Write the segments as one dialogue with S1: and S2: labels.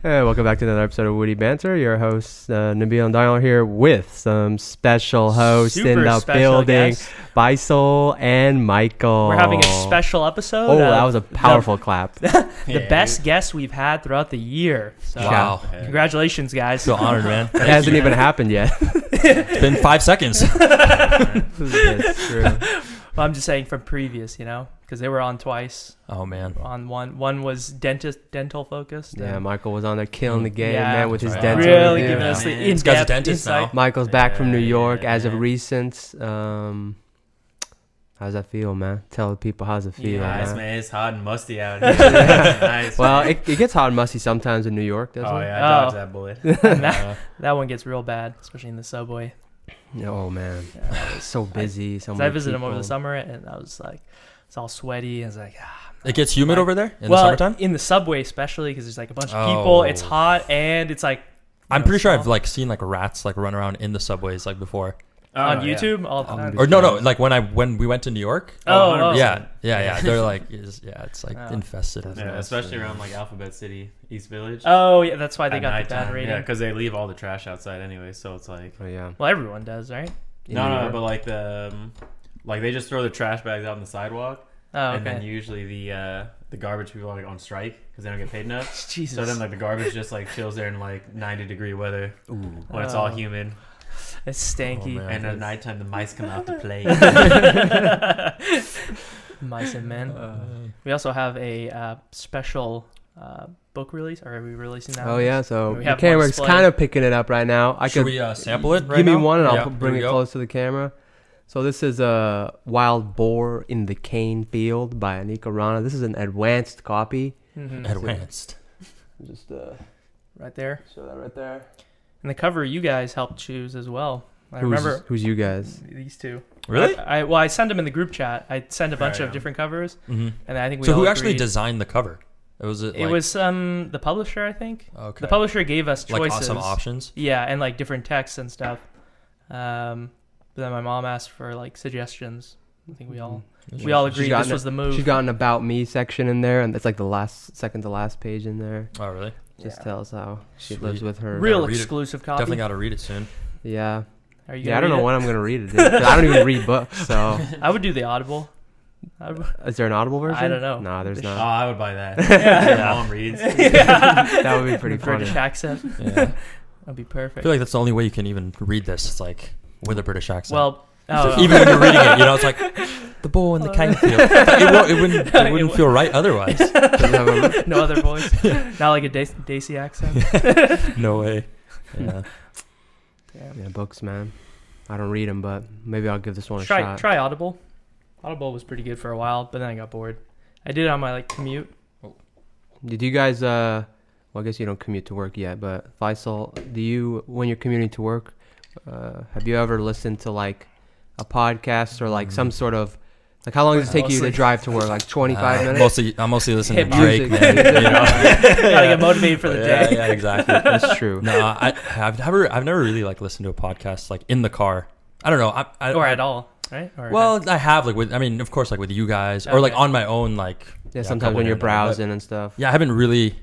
S1: Hey, welcome back to another episode of Woody Banter. Your host uh, Nabil and Dial here with some special hosts in
S2: Super
S1: the
S2: special
S1: building,
S2: guest.
S1: Bisol and Michael.
S2: We're having a special uh, episode.
S1: Oh,
S2: of
S1: that was a powerful clap.
S2: The, the best guest we've had throughout the year. So,
S3: Wow.
S2: Congratulations, guys.
S3: Feel honored, man.
S1: It hasn't even happened yet.
S3: It's been five seconds.
S1: That's true.
S2: Well, I'm just saying from previous, you know, because they were on twice.
S3: Oh man.
S2: On one, one was dentist, dental focused.
S1: Yeah,
S2: and
S1: Michael was on there killing the game,
S2: Yeah.
S1: man, with his
S3: That's right.
S1: dental.
S2: really
S1: review.
S2: giving
S3: Yeah.
S2: us the
S3: Man,
S2: in
S3: this guy's a
S2: depth
S3: dentist now.
S2: insight.
S1: Michael's back from New York as of
S4: Yeah.
S1: recent. Um, how's that feel, man? Tell the people how's it feel,
S2: Yeah,
S4: Nice,
S1: man.
S4: man. It's hot and musty out here. nice.
S1: Well,
S4: man.
S1: it, it gets hot and musty sometimes in New York, doesn't
S4: oh
S1: it?
S4: yeah, I
S2: Oh.
S4: dodged that bullet. Uh,
S2: That one gets real bad, especially in the subway.
S1: Oh man, It's so busy. So
S2: 'Cause I
S1: many
S2: visited him over the
S1: people.
S2: summer, and I was like, it's all sweaty. And it's like, ah.
S3: It gets humid
S2: Like-
S3: over there in
S2: well,
S3: the summertime.
S2: in the subway especially, because there's like a bunch of
S3: Oh.
S2: people. It's hot, and it's like. you
S3: I'm
S2: know,
S3: pretty sure
S2: small.
S3: I've like seen like rats like run around in the subways like before.
S4: oh,
S2: on
S4: yeah.
S2: YouTube all the
S1: Um,
S2: time.
S3: Or no, no, like when I when we went to New York.
S2: Oh,
S4: Oh,
S2: oh.
S3: Yeah, yeah, yeah. They're like, it's, yeah, it's like
S2: Oh.
S3: infested. with
S4: Yeah,
S3: rats.
S4: especially around like Alphabet City, East Village.
S2: Oh, yeah, that's why they
S4: At
S2: got the
S4: nighttime.
S2: bad rating.
S4: Yeah, because they leave all the trash outside anyway. So it's like
S1: Oh yeah.
S2: well, everyone does, right?
S1: In
S4: no,
S1: New
S4: no,
S1: York.
S4: but like the um, like they just throw the trash bags out on the sidewalk,
S2: Oh,
S4: and then
S2: okay.
S4: usually the uh, the garbage people are like on strike because they don't get paid enough.
S2: Jesus.
S4: So then like the garbage just like chills there in like 90 degree weather when it's all
S2: Oh.
S4: humid,
S2: it's
S3: Oh,
S2: stanky.
S3: man.
S4: and at nighttime the mice come out to play.
S2: Mice and men.
S3: Uh,
S2: we also have a uh, special uh, book release. Or are we releasing that?
S1: Oh yeah, so
S2: We
S1: the
S2: have one
S1: camera's
S2: display.
S1: kind of picking it up right now. I
S3: Should
S1: could
S3: we uh, sample it? Right
S1: give me
S3: now?
S1: one and I'll
S3: Yeah,
S1: p-
S3: here
S1: bring
S3: we
S1: it
S3: go.
S1: close to the camera. So this is a wild boar in the cane field by Anika Rana. This is an advanced copy.
S2: hmm
S3: Advanced.
S1: Just uh,
S2: Right there.
S1: show that right there.
S2: And the cover you guys helped choose as well. I
S1: who's,
S2: remember
S1: who's you guys?
S2: these two.
S3: Really?
S2: I, I well, I sent them in the group chat. I sent a bunch
S4: Right,
S2: of
S4: yeah.
S2: different covers,
S3: hmm
S2: and I think we
S3: So
S2: all
S3: who actually
S2: agreed.
S3: designed the cover? It was it.
S2: It
S3: like-
S2: was um the publisher, I think.
S3: okay.
S2: The publisher gave us choices.
S3: like awesome options.
S2: Yeah, and like different texts and stuff. Um, but then my mom asked for like suggestions. I think we all we all
S1: She's
S2: agreed
S1: gotten
S2: this
S1: it.
S2: was the move.
S1: She's got an about me section in there, and it's like the last second to last page in there.
S3: Oh really?
S1: Just
S2: Yeah.
S1: tells how she
S3: Sweet.
S1: lives with her.
S2: real
S3: read it.
S2: exclusive copy.
S3: Definitely got to read it soon.
S1: Yeah.
S2: Are you
S1: Yeah, I
S2: gonna
S1: don't know
S2: read
S1: when I'm gonna read it. dude. I don't even read books, so
S2: it? I would do the Audible. I would-
S1: is there an audible version?
S2: don't know.
S1: No, there's
S2: They
S4: oh,
S1: not.
S4: I would buy that. Your Mom reads.
S1: That would be pretty
S2: the British
S1: funny.
S2: accent.
S3: Yeah.
S2: That'd be
S3: I
S2: perfect.
S3: feel like that's the only way you can even read this. It's like with a British accent.
S2: well, uh, oh,
S3: even when you're reading it, you know, it's like the ball in the cane field. It, won't, it wouldn't, it wouldn't feel right otherwise.
S1: Doesn't have a-
S2: no other voice. Not like a Dac- Daisy accent.
S3: No way. Yeah.
S2: Damn.
S1: Yeah, books, man. I don't read them, but maybe I'll give this one a
S2: Try
S1: shot.
S2: try Audible. Audible was pretty good for a while, but then I got bored. I did it on my like commute.
S1: Did you guys? Uh, well, I guess you don't commute to work yet, but Faisal, do you when you're commuting to work? Uh, have you ever listened to like a podcast or like
S3: Mm.
S1: some sort of like how long does it take you to
S2: Mostly.
S1: drive to work? Like 25
S3: Uh,
S1: minutes.
S3: Mostly, I'm mostly listening to
S2: Hip-hop.
S3: Drake, man. you know?
S2: Gotta get motivated for the day.
S3: yeah, yeah, exactly.
S1: That's true.
S3: No, I, I've never, I've never really like listened to a podcast like in the car. I don't know. I, I,
S2: or at all, right? Or
S3: Well, I have like with, I mean, of course, like with you guys, or like
S2: Okay.
S3: on my own, like
S1: Yeah,
S3: a
S1: sometimes
S3: couple
S1: when
S3: here
S1: you're
S3: and there, but-
S1: browsing and stuff.
S3: Yeah, I haven't really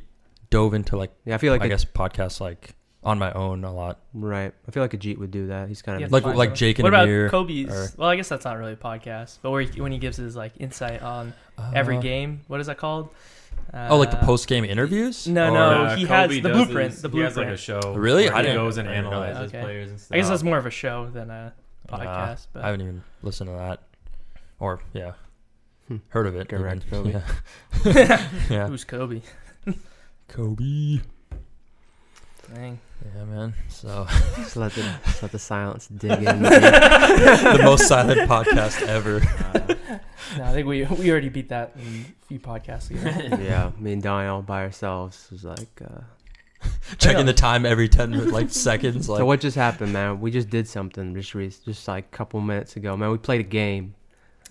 S3: dove into like,
S1: Yeah, I feel like
S3: I
S1: a-
S3: guess podcasts like on my own a lot.
S1: right. I feel like Ajit would do that. He's kind
S2: You have
S1: of
S2: to
S3: like-
S2: find
S3: like
S2: someone.
S3: Jake and
S2: What about
S3: Amir,
S2: Kobe's?
S3: or-
S2: Well, I guess that's not really a podcast, but where he, when he gives his like insight on every
S3: Uh,
S2: game, what is that called? Uh,
S3: Oh, like the post game interviews?
S2: no,
S3: Or-
S2: no.
S4: Uh,
S2: he
S4: Kobe
S2: has the
S4: does
S2: blueprint,
S4: his-
S2: the
S4: He has like a
S2: blueprint.
S4: show.
S3: Really?
S4: where
S3: I
S4: he
S3: didn't-
S4: goes and
S3: I didn't know that.
S4: analyzes
S2: Okay.
S4: players and stuff.
S2: I guess that's more of a show than a
S3: Nah,
S2: podcast. but
S3: I haven't even listened to that, or yeah, heard of it.
S1: Get wrecked,
S3: even.
S1: Kobe.
S3: Yeah. yeah.
S2: who's Kobe?
S3: Kobe.
S2: Dang.
S3: Yeah, man. So
S1: just let the just let the silence dig in. dude.
S3: the most silent podcast ever.
S2: No, I think we we already beat that in a few podcasts ago.
S1: yeah, me and Donnie all by ourselves was like. Uh,
S3: Checking the time every ten mi- like seconds. Like
S1: so what just happened, man? We just did something just re- just like a couple minutes ago, man. We played a game.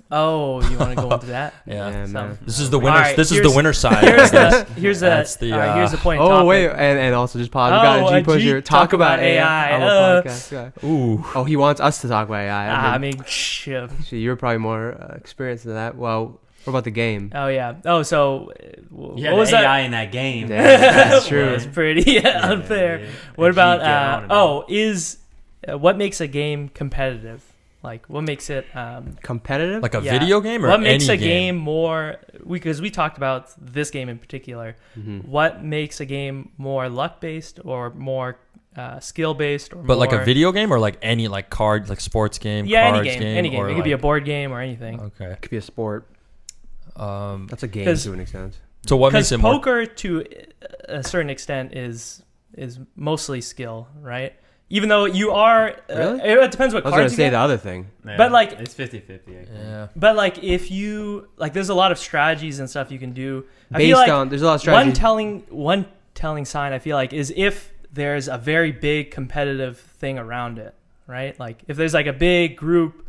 S2: oh, you want to go into that?
S3: Yeah.
S1: man.
S2: Some-
S3: this is the
S2: All
S3: winner.
S2: right,
S3: this is the
S2: here's-
S3: winner side.
S2: Here's the
S3: I guess.
S2: here's the,
S3: That's the,
S2: all right, here's
S3: uh,
S2: the point.
S1: Oh
S2: topic.
S1: wait, and, and also just pause. we
S2: Oh,
S1: got a G
S2: Ajit,
S1: pusher. Talk, about, AI. on the
S2: uh,
S1: podcast, yeah.
S3: Ooh.
S1: Oh, he wants us to talk about AI.
S2: Ah,
S1: I
S2: I
S1: mean,
S2: mean, shit.
S1: shit, you're probably more uh, experienced than that. Well, What about the game?
S2: Oh yeah. Oh, so uh, wh-
S4: Yeah,
S2: what was
S4: AI
S2: that?
S4: in that game.
S1: Yeah, that's true.
S2: It's pretty
S4: Yeah,
S2: unfair.
S4: yeah.
S2: What
S4: Keep
S2: about?
S4: getting
S2: Uh,
S4: on about
S2: oh, is uh, what makes a game competitive? Like, what makes it? Um,
S1: Competitive?
S3: Like a
S2: Yeah.
S3: video game or
S2: what makes
S3: any
S2: a game, more? Because we talked about this game in particular.
S3: Hmm.
S1: Mhm.
S2: What makes a game more luck based or more uh, skill based or
S3: But like a
S2: more-
S3: video game or like any like card like sports game,
S2: Yeah,
S3: cards
S2: any game, any game.
S3: or
S2: It could be a
S3: like- uh,
S2: board game or anything.
S3: Okay.
S1: It could be a sport.
S3: Um,
S1: That's a game
S2: 'Cause-
S1: to an extent.
S3: so what
S2: because
S3: makes it more?
S2: poker to uh, a certain extent is is mostly skill, right? Even though you are,
S1: Really?
S2: uh, it depends what
S1: I was gonna
S2: cards you
S1: say
S2: get.
S1: the other thing.
S4: Yeah,
S2: but, like-
S4: it's 50-50. Yeah.
S3: Yeah.
S2: But like, if you like, there's a lot of strategies and stuff you can do. I
S1: Based
S2: feel like
S1: on there's a lot of strategy.
S2: one telling one telling sign I feel like is if there's a very big competitive thing around it, right? Like if there's like a big group,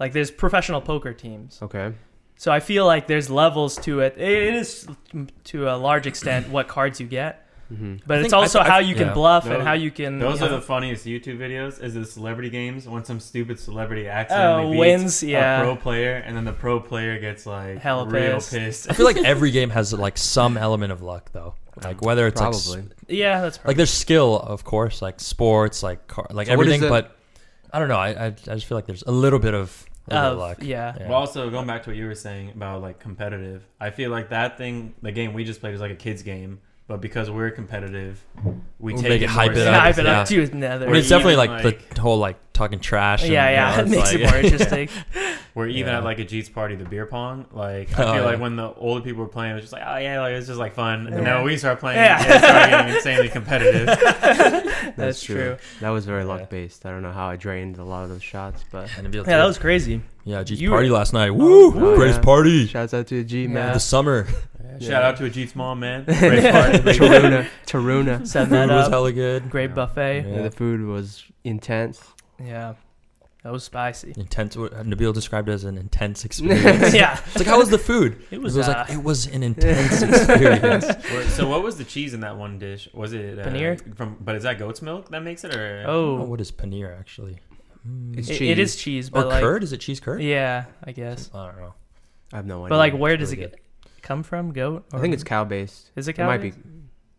S2: like there's professional poker teams.
S1: okay.
S2: So I feel like there's levels to it. It is to a large extent what cards you get.
S1: hmm
S2: But
S3: I
S2: it's
S3: think- I
S2: also
S3: th- I
S2: how
S3: th-
S2: you can
S3: yeah.
S2: bluff and
S4: Those-
S2: how you can
S4: Those
S2: you
S4: are
S2: know,
S4: the funniest YouTube videos. Is the celebrity games when some stupid celebrity
S2: oh,
S4: accidentally beats
S2: wins.
S4: a
S2: Yeah,
S4: pro player, and then the pro player gets like
S2: Hella
S4: real
S2: pissed.
S4: pissed.
S3: I feel like every game has like some element of luck though. Like whether it's like s-
S1: Probably.
S2: yeah, that's
S3: like
S2: perfect.
S3: there's skill of course like sports like car, like
S1: So what is
S3: everything
S1: it-
S3: but i don't know I, I i just feel like there's a little bit of, a little
S2: Of-
S3: bit of luck
S2: yeah.
S4: But also going back to what you were saying about like competitive, I feel like that thing, the game we just played, is like a kids game. But because we're competitive,
S3: We
S4: we take
S3: make it
S4: more
S3: hype it
S2: Yeah,
S3: up,
S4: seriously.
S2: hype it
S3: yeah.
S2: up to
S3: I
S2: another.
S3: mean,
S4: Or
S3: it's definitely
S4: even,
S3: like, the whole like talking trash and,
S2: yeah,
S3: you
S2: yeah,
S3: know,
S2: it
S3: it's
S2: makes
S3: like-
S2: it more interesting.
S4: We're even
S3: Yeah.
S4: at like a Jeets party, the beer pong. Like I
S3: Oh,
S4: feel like
S3: yeah.
S4: when the older people were playing, it was just like, oh yeah, like it's just like fun. And then
S2: Yeah.
S4: when we start playing,
S2: Yeah.
S4: yeah. it started getting insanely competitive.
S1: That's,
S2: That's true.
S1: That was very
S3: Yeah.
S1: luck based. I don't know how I drained a lot of those shots, but
S3: and it'd be like,
S2: Yeah, that was crazy.
S3: yeah geez,
S2: you
S3: party
S2: were-
S3: last night woo
S1: Oh,
S3: greatest
S1: yeah.
S3: party
S1: shouts out to the G
S2: Yeah.
S3: the
S1: man.
S3: summer
S4: Shout out to a Jeets mom, man. Great party. Great party.
S1: Taruna. Taruna.
S2: Set
S3: food
S2: that
S3: was
S2: up.
S3: hella good
S2: Great buffet.
S1: Yeah,
S3: Yeah.
S1: the food was intense.
S2: Yeah, that was spicy.
S3: intense what nabil described it as an intense experience
S2: yeah,
S3: it's like how was the food
S2: it
S3: it
S2: was,
S3: was,
S2: uh,
S3: like it was an intense experience
S4: Wait, so what was the cheese in that one dish? Was it uh,
S2: Paneer?
S4: From but is that goat's milk that makes it or
S3: oh,
S2: oh,
S3: what is paneer actually Mm.
S1: It's
S2: it, it is
S1: cheese.
S2: cheese,
S3: or
S2: but like
S3: curd is it cheese curd
S2: yeah, I guess.
S3: i don't know
S1: I have no idea.
S2: But like, where
S1: It's
S2: does it
S1: really
S2: get come from? Goat?
S1: good. I think it's cow based.
S2: Is it
S1: It
S2: cow?
S1: might be.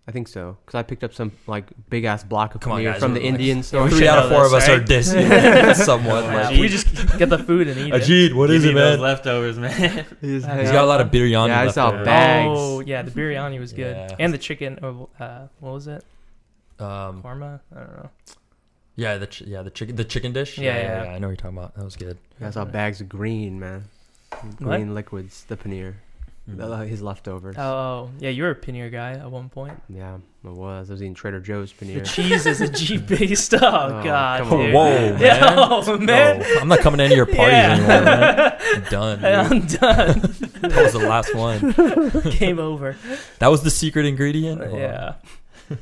S1: I think so, because I picked up some like big ass block of
S3: Come on,
S1: paneer
S3: guys,
S1: from the
S3: we're, like,
S1: Indian store.
S2: we
S3: Three
S2: should
S3: out of
S2: know
S3: four
S2: this,
S3: of us are
S2: right?
S3: dissing somewhat.
S4: Wow.
S3: Like,
S2: We just get the food and eat it.
S3: Ajit, what
S4: Give
S3: is
S4: me
S3: it,
S4: those
S3: man?
S4: leftovers, man.
S1: He's
S2: I
S3: He's
S2: Yeah.
S3: got a lot of biryani.
S1: Yeah, I
S3: left
S1: saw
S3: over.
S1: bad- bags.
S2: Oh yeah, the biryani was good,
S3: Yeah.
S2: and the chicken. Or, uh, what was it?
S3: Um,
S2: Korma? I don't know.
S3: yeah, the ch- yeah the chicken the chicken dish.
S2: Yeah, yeah.
S3: I know what you're talking about. That was good.
S1: I saw bags of green, man. Green liquids, the paneer,
S3: Mm. Hmm.
S1: Uh, his leftovers.
S2: Oh, oh, yeah, you were a paneer guy at one point.
S1: Yeah, it was. I was eating Trader Joe's
S2: The
S1: paneer.
S2: cheese is a G based. Oh,
S1: Oh,
S2: god.
S1: come on.
S2: dude.
S3: Whoa, man.
S2: Yeah, oh, man.
S3: No, I'm not coming to any of your parties
S2: Yeah.
S3: anymore. Man. I'm done. dude.
S2: I'm done.
S3: That was the last one.
S2: Game over.
S3: That was the secret ingredient. Wow.
S2: Yeah.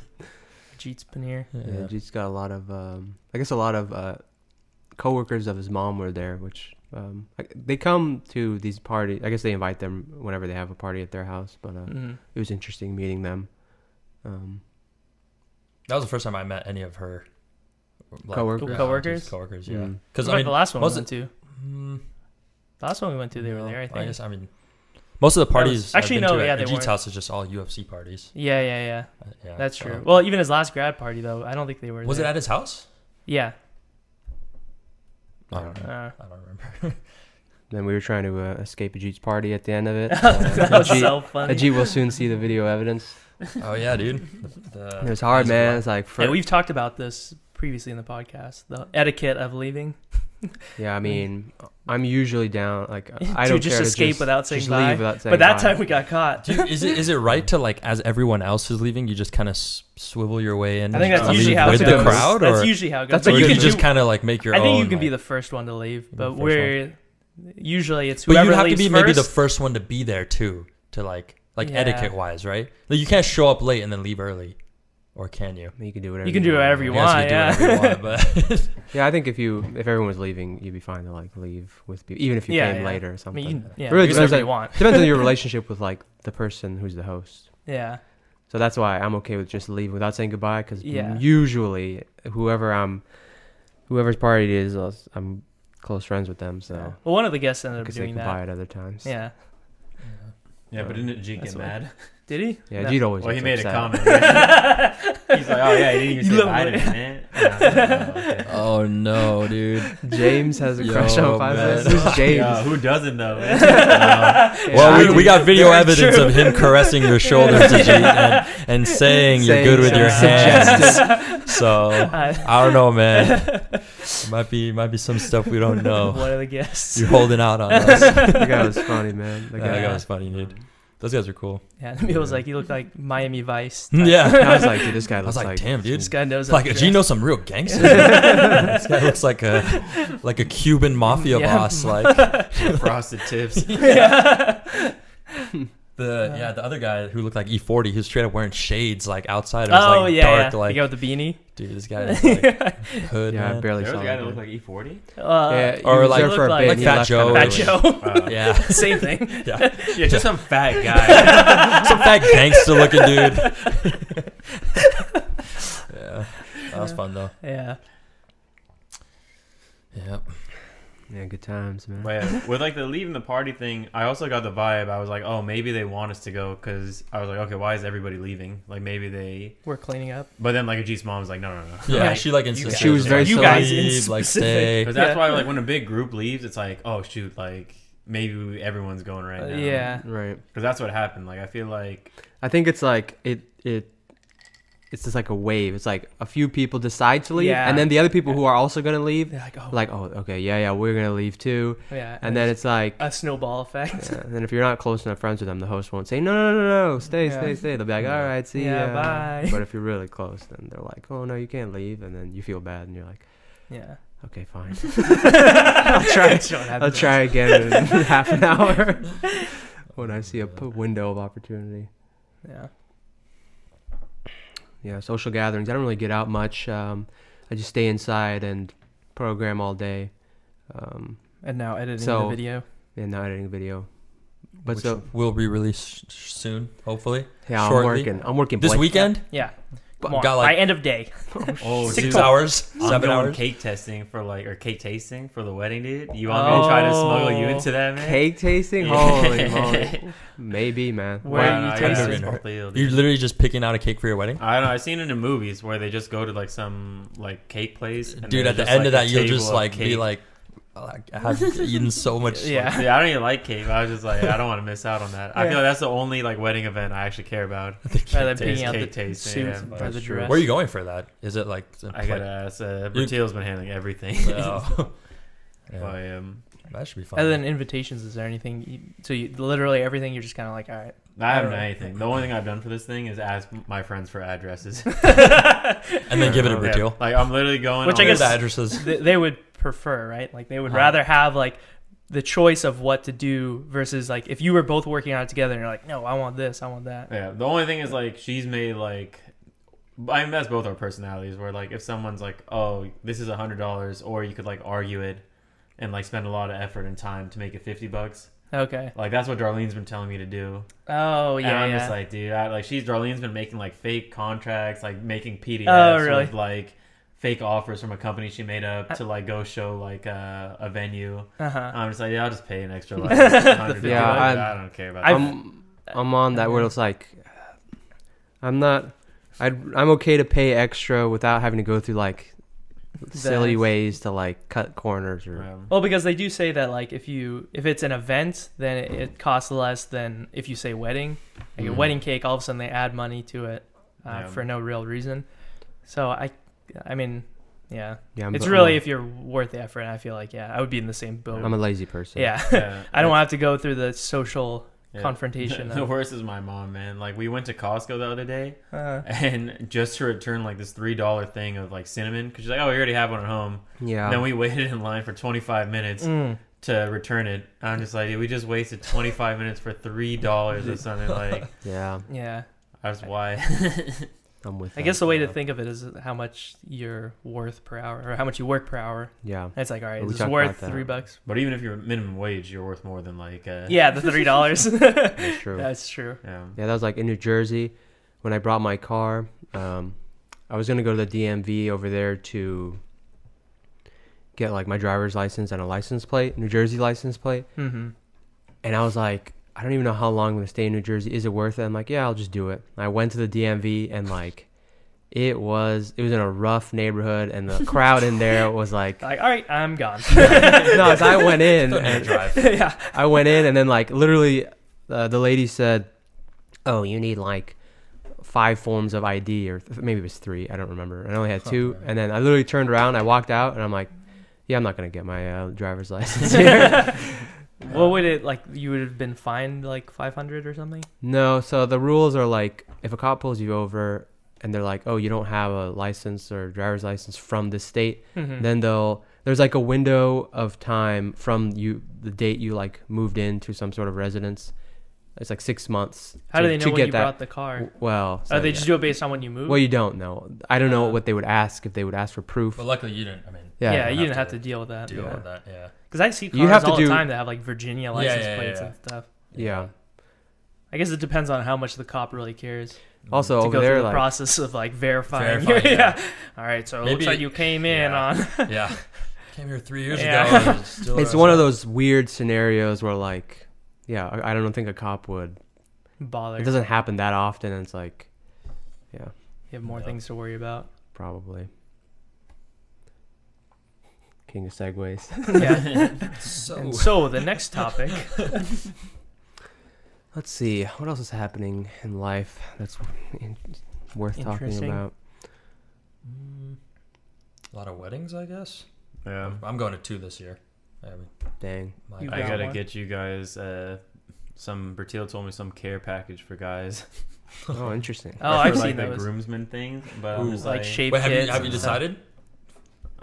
S2: Jeets paneer.
S3: Yeah.
S1: Yeah, Jeet's got a lot of, um, I guess, a lot of uh, coworkers of his mom were there, which um, like, they come to these parties. I guess they invite them whenever they have a party at their house. But uh,
S2: Mm.
S1: it was interesting meeting them. Um,
S3: That was the first time I met any of her like,
S1: Coworkers?
S3: uh,
S2: Coworkers?
S3: just Coworkers, yeah.
S1: Mm.
S3: Because
S2: What
S3: I
S2: about
S3: mean,
S2: the last one we
S3: most
S2: went to?
S3: mm,
S2: The last one we went to, they were
S3: no,
S2: there, I think.
S3: guess I mean, most of the parties. I've
S2: actually,
S3: been
S2: no,
S3: to at
S2: yeah, they
S3: Ajit's
S2: weren't.
S3: house is just all UFC parties.
S2: yeah, yeah, yeah.
S3: Uh, yeah,
S2: That's
S3: so-
S2: true. Well, even his last grad party, though, I don't think they were
S3: was it
S2: there.
S3: at his house?
S2: Yeah.
S3: I don't know.
S2: Uh,
S3: I don't remember.
S1: then we were trying to uh, escape Ajit's party at the end of it.
S2: that was
S1: Ajit-
S2: so funny.
S1: Ajit will soon see the video evidence.
S3: Oh yeah, dude. The,
S1: It was hard, man. It's like, fir-
S2: Uh, Yeah, we've talked about this previously in the podcast. The etiquette of leaving.
S1: yeah, I mean, I'm usually down. Like, I
S2: To
S1: don't
S2: just
S1: care
S2: escape
S1: to
S2: without
S1: just,
S2: saying
S1: just
S2: bye.
S1: leave without saying
S2: but that
S1: bye.
S2: time we got caught.
S3: Do you, is it is it right to like as everyone else is leaving, you just kind of s- swivel your way in?
S2: I think that's
S3: and
S2: usually
S3: leave
S2: how
S3: with
S2: it
S3: the
S2: goes.
S3: crowd, or
S2: that's usually how it goes.
S1: That's
S3: or
S1: a
S2: But
S3: you
S1: good
S3: can just kind of like make your
S2: I
S3: own.
S2: think you can
S3: like-
S2: be the first one to leave,
S3: the
S2: but
S3: first
S2: we're usually it's
S3: but
S2: whoever
S3: you'd have to
S2: leaves
S3: be maybe the
S2: first.
S3: first one to be there too, to like like
S2: Yeah.
S3: etiquette wise, right? Like you can't show up late and then leave early, or can you?
S1: you can do whatever
S2: You can do whatever you
S3: I
S1: want.
S3: guess you
S2: want,
S3: do whatever you want,
S1: Yeah, I think if you if everyone was leaving, youd be fine to like leave with people, even if you
S2: Yeah,
S1: came
S2: yeah.
S1: later or
S2: I
S1: something.
S2: mean, you can, yeah,
S1: It really
S2: do
S1: depends
S2: whatever
S1: on-
S2: you want.
S1: Depends on your relationship with like the person who's the host.
S2: Yeah,
S1: So that's why I'm okay with just leaving without saying goodbye because
S2: Yeah.
S1: usually whoever I'm, whoever's party it is, I'll- I'm close friends with them. So
S2: well, one of the guests ended
S1: I
S2: up
S1: guess they
S2: doing
S1: can
S2: that.
S1: buy at other times.
S2: Yeah,
S3: but
S4: Yeah, but didn't Jeet
S2: That's
S4: get
S2: what-
S4: mad?
S2: Did he?
S1: Yeah,
S2: No.
S1: Jeet always.
S4: Well, he
S1: gets
S4: made
S1: upset.
S4: a comment. He's like, "Oh yeah, he didn't
S2: You
S4: even say
S2: love
S4: Biden,
S2: him.
S4: man." Yeah, yeah, okay.
S3: Oh no, dude.
S1: James has a
S3: Yo,
S1: crush on
S3: man.
S1: Faisal. Who's James?
S4: Yeah, who doesn't though? Oh, man?
S3: Well, we,
S1: I
S3: we got video
S2: Very
S3: evidence
S2: true.
S3: of him caressing your shoulders Ajit, and, and saying you're
S1: Saying
S3: good with your
S1: suggested.
S3: hands. So I don't know, man. might be might be some stuff we don't know.
S2: What are the guests?
S3: You're holding out on us.
S1: that guy was funny, man. That
S3: That
S1: guy
S3: guy was funny, dude. Those guys are cool.
S2: Yeah, and it was like he looked like Miami Vice. type.
S3: Yeah.
S1: I was like, dude, this guy
S3: I
S1: looks
S3: was like, damn, dude.
S2: This guy knows. how
S3: Like,
S2: to
S3: Ajit knows some real gangsters. this guy looks like a like a Cuban mafia
S2: Yeah.
S3: boss. Like
S4: Frosted tips.
S2: dress. yeah.
S3: the yeah, the other guy who looked like E40, he was straight up wearing shades like outside. It was
S2: Oh
S3: like
S2: yeah,
S3: dark.
S2: yeah.
S3: Like
S2: you got with the beanie.
S3: dude, this guy is like hood.
S1: Yeah, I
S3: man.
S1: barely
S4: There was
S1: saw
S4: a guy that looked
S1: him.
S4: like E E40.
S2: Uh,
S1: Yeah,
S3: Or
S1: or
S3: like-
S1: like there for a
S2: Looked
S1: bit.
S2: like
S1: and he
S3: Fat
S1: left
S3: Joe.
S1: kinda
S2: Fat
S1: early.
S2: Joe.
S4: Wow.
S3: yeah.
S2: Same thing.
S3: yeah.
S4: Uh, Yeah, just some fat guy.
S3: Some fat gangster looking dude. yeah. That was fun though.
S2: Yeah.
S3: Yeah.
S1: Yeah, good times, man.
S4: but yeah, with like the leaving the party thing, I also got the vibe. I was like, oh, maybe they want us to go because I was like, okay, why is everybody leaving? Like maybe they.
S2: We're cleaning up.
S4: But then like Ajit's mom was like, no, no, no.
S3: Yeah,
S2: Right.
S3: she like
S2: You
S3: insisted.
S1: She was very
S3: you
S1: You guys
S3: guys
S2: in
S3: like
S2: specific.
S3: stay.
S4: Because that's
S2: Yeah.
S4: why like when a big group leaves, it's like, oh shoot, like maybe we- everyone's going right
S2: Uh,
S4: now.
S2: yeah.
S1: Right.
S4: Because that's what happened. Like I feel like
S1: I think it's like it it it's just like a wave. It's like a few people decide to leave,
S2: Yeah.
S1: and then the other people who are also gonna leave,
S2: They're like, oh,
S1: like, oh, okay, yeah, yeah, we're gonna leave too.
S2: yeah.
S1: And then it's like,
S2: a snowball effect.
S1: yeah, and then if you're not close enough friends with them, the host won't say, no, no, no, no, stay,
S2: Yeah.
S1: stay, stay. They'll be like, all right, see
S2: Yeah,
S1: ya.
S2: bye.
S1: But if you're really close, then they're like, oh no, you can't leave, and then you feel bad, and you're like,
S2: Yeah.
S1: okay, fine, I'll try, I'll try again in half an hour when I see a p- window of opportunity.
S2: Yeah.
S1: yeah social gatherings i don't really get out much um, i just stay inside and program all day um,
S2: And now editing the
S1: So-
S2: video.
S1: and not editing video but
S3: Which
S1: so
S3: will be released sh- soon, hopefully.
S1: yeah
S3: shortly.
S1: i'm working i'm working
S3: This
S1: Blake.
S3: weekend?
S2: Yeah.
S3: But
S2: Come on,
S3: got, like-
S2: by end of day.
S4: oh
S3: Six
S4: dude,
S3: hours?
S4: I'm
S3: seven
S4: going
S3: hours?
S4: cake testing for like or cake tasting for the wedding, dude. You want me to try to smuggle you
S2: Oh.
S4: into that, man?
S1: cake tasting holy moly maybe man
S2: Where are
S4: Wow,
S2: you
S4: I
S3: tasting?
S4: gotta just pop the deal, dude.
S3: You're literally just picking out a cake for your wedding?
S4: I don't know. I've seen it in movies where they just go to like some like cake place. and
S3: Dude,
S4: there's
S3: at the
S4: just,
S3: end of
S4: like,
S3: that,
S4: a
S3: you'll
S4: table
S3: just
S4: of
S3: like be
S4: cake.
S3: like, like I have eaten so much. like,
S2: Yeah.
S4: Yeah, I don't even like cake. But I was just like, I don't want to miss out on that. I
S2: Yeah.
S4: feel like that's the only like wedding event I actually care about.
S2: Rather than
S4: taste,
S2: picking out the
S4: cake taste,
S2: suits
S4: yeah,
S2: or the
S4: that's true.
S2: dress.
S3: Where are you going for that? Is it like? the
S4: I
S3: pla-
S4: gotta ask. Uh,
S3: You-
S4: Bertil's been handling everything. um,
S3: Oh. Yeah,
S4: I am.
S3: that should be fun.
S2: Other than invitations, is there anything? You, so you literally everything. You're just kind of like, all right.
S4: I haven't
S2: Alright.
S4: done anything. The only thing I've done for this thing is ask my friends for addresses.
S3: and then give it a
S4: Yeah,
S3: Bertil.
S4: Like I'm literally going.
S2: Which
S4: on
S2: I guess-
S3: the addresses.
S2: they, they would prefer, right? Like they would
S3: Uh-huh.
S2: rather have like the choice of what to do versus like if you were both working on it together and you're like, no, I want this, I want that.
S4: Yeah, the only thing is like she's made like, I mean that's both our personalities. Where like if someone's like, oh, this is a hundred dollars, or you could like argue it, and like spend a lot of effort and time to make it fifty bucks.
S2: Okay.
S4: Like that's what Darlene's been telling me to do.
S2: Oh
S4: and
S2: yeah.
S4: I'm
S2: yeah.
S4: just like, dude, I, like she's Darlene's been making like fake contracts, like making PDFs
S2: Oh, really? Uh,
S4: with like fake offers from a company she made up to like go show like uh, a venue.
S2: uh-huh.
S4: I'm just like, yeah, I'll just pay an extra like hundred.
S1: Yeah,
S4: I
S1: I'm-
S4: don't care about. that.
S1: I'm, I'm on that where it's like i'm not I'd, i'm okay to pay extra without having to go through like silly
S2: That's-
S1: ways to like cut corners or
S4: Um,
S2: Well, because they do say that like if you if it's an event, then it, it costs less than if you say wedding. Like a
S1: Mhm.
S2: wedding cake, all of a sudden they add money to it uh,
S4: Yeah.
S2: for no real reason. So I, I mean, yeah,
S1: yeah I'm,
S2: it's
S1: I'm
S2: really
S1: a-
S2: if you're worth the effort. I feel like yeah, I would be in the same boat.
S1: i'm a lazy person
S2: yeah,
S4: yeah,
S2: I don't have to go through the social
S4: Yeah.
S2: confrontation.
S4: The
S2: of,
S4: worst is my mom, man. Like we went to Costco the other day,
S2: uh,
S4: and just to return like this three dollar thing of like cinnamon, because she's like, "Oh, we already have one at home."
S1: yeah
S4: Then we waited in line for twenty five minutes
S2: mm.
S4: to return it. I'm just like, dude, we just wasted twenty five minutes for three dollars or something. Like,
S1: yeah
S2: yeah.
S4: I was why.
S1: i'm with
S2: I guess the way to
S1: think.
S2: think of it is how much you're worth per hour, or how much you work per hour.
S1: yeah
S2: And it's like, all right,
S1: We
S2: is this
S1: talked
S2: worth
S1: about that.
S2: three bucks?
S4: but even if you're minimum wage, you're worth more than like. Uh,
S2: Yeah, the three dollars.
S1: that's true
S2: That's true.
S4: Yeah.
S1: Yeah, that was like in New Jersey when I brought my car. Um, I was gonna go to the DMV over there to get like my driver's license and a license plate, New Jersey license plate,
S2: hmm
S1: and I was like, I don't even know how long I'm gonna stay in New Jersey. Is it worth it? I'm like, yeah, I'll just do it. I went to the DMV and like, it was it was in a rough neighborhood, and the crowd in there was like,
S2: Like, all right, I'm gone.
S1: no, 'cause I went in
S3: Don't need to
S1: and
S3: drive.
S2: yeah.
S1: I went in and then like literally, uh, the lady said, "Oh, you need like five forms of ID or th- maybe it was three. I don't remember. And I only had two. And then I literally turned around, I walked out, and I'm like, yeah, I'm not gonna get my uh, driver's license here.
S2: What would it like? You would have been fined like 500 or something.
S1: no. So the rules are like, if a cop pulls you over and they're like, oh, you don't have a license or driver's license from this state,
S2: Mhm.
S1: then they'll there's like a window of time from you the date you like moved into some sort of residence. It's like six months.
S2: How
S1: to-
S2: do they
S1: to
S2: know
S1: get
S2: when you
S1: that.
S2: brought the car?
S1: Well, so,
S2: Oh, they
S1: yeah.
S2: just do it based on when you moved.
S1: well, you don't know. I don't know
S2: Uh,
S1: what they would ask if they would ask for proof.
S3: But luckily, you didn't. I mean,
S1: yeah,
S2: yeah, you
S3: you have
S2: didn't
S3: to
S2: have to deal with that.
S3: deal
S1: Yeah.
S3: with that. Yeah.
S2: Because I see cars
S1: You have to
S2: all
S1: do-
S2: the time that have like Virginia
S3: Yeah, yeah,
S2: license
S3: yeah,
S2: plates
S3: yeah.
S2: and stuff.
S1: yeah.
S2: I guess it depends on how much the cop really cares
S1: Also
S2: to
S1: over
S2: go
S1: there,
S2: through the
S1: like
S2: process of like verifying.
S3: Verifying,
S2: yeah. All right, so it
S3: Maybe-
S2: looks like you came in
S3: yeah.
S2: on.
S3: yeah. Came here three years
S2: Yeah.
S3: ago. and still
S1: it's one of those weird scenarios where like, yeah, I I don't think a cop would.
S2: Bother.
S1: It doesn't happen that often. And it's like,
S2: You have more
S3: No.
S2: things to worry about.
S1: probably. King of segways.
S2: Yeah.
S3: So
S2: and so the next topic. Oh,
S1: Let's see what else is happening in life that's in- worth talking
S2: Interesting.
S1: about.
S3: Mm, a lot of weddings, I guess.
S4: Yeah.
S3: I'm going to two this year. I mean,
S1: Dang.
S3: my
S2: You
S4: I
S2: got
S4: gotta
S2: one?
S4: get you guys uh, some. Bertil told me some care package for guys.
S1: Oh, interesting.
S2: Oh, I've
S4: for,
S2: seen
S4: like, the
S2: those.
S4: groomsmen thing, but
S3: Ooh.
S4: I'm just
S2: like
S4: like,
S2: shape
S3: Wait, have
S2: kits
S3: you have you
S2: and
S3: decided?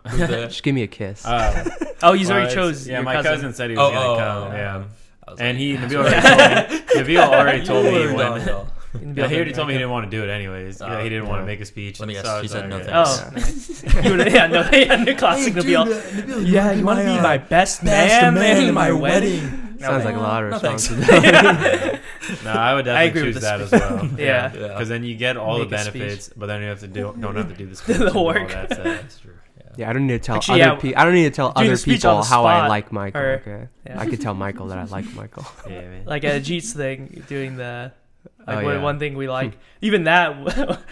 S3: Who the-
S1: Just give me a kiss.
S4: Oh,
S2: stuff. Oh, he's
S4: well,
S2: already
S4: it's-
S2: chose.
S4: Yeah,
S2: your
S4: my cousin. said he was
S3: Oh,
S4: gonna
S3: oh,
S4: come.
S3: oh,
S4: yeah,
S3: oh. I was
S4: and
S3: like,
S4: he
S3: "Ah,
S4: Nabil already told me.
S3: you
S4: Nabil already told me
S3: were
S4: when.
S3: done,
S2: He'd be
S4: Yeah,
S2: like,
S4: he already told me he
S2: "Okay."
S4: didn't want to do it anyways.
S3: Oh,
S4: yeah, he didn't want
S1: yeah.
S4: to make a speech.
S3: Let me guess,
S4: I
S3: he
S4: was
S3: said no
S4: okay.
S1: thanks.
S2: Oh, nice. You would- yeah, no, yeah, no classic to be all. Yeah, you want to be my best man, in my wedding. No,
S1: Sounds
S2: thank-
S1: like a lot of
S3: no, thanks.
S1: responsibility.
S4: No, I would
S2: Oh. I
S4: definitely
S2: agree with
S4: choose
S2: the
S4: that as well.
S2: Yeah.
S3: Yeah.
S4: Because then you get all
S2: Make
S4: the
S2: a speech.
S4: benefits, but then you have to do don't have to do the speech. and all
S2: work.
S4: that stuff.
S3: That's true.
S1: Yeah, I don't need to tell
S2: Actually,
S1: other
S2: yeah,
S1: people. I don't need to tell
S2: doing
S1: other
S2: the speech
S1: people
S2: on the
S1: how I
S2: spot,
S1: like Michael.
S2: or-
S1: okay,
S2: yeah.
S1: I could tell Michael that I like Michael.
S4: Yeah, man.
S2: Like a Jeets thing, doing the. Like
S1: Oh,
S2: what-
S1: yeah.
S2: one thing we like, even that,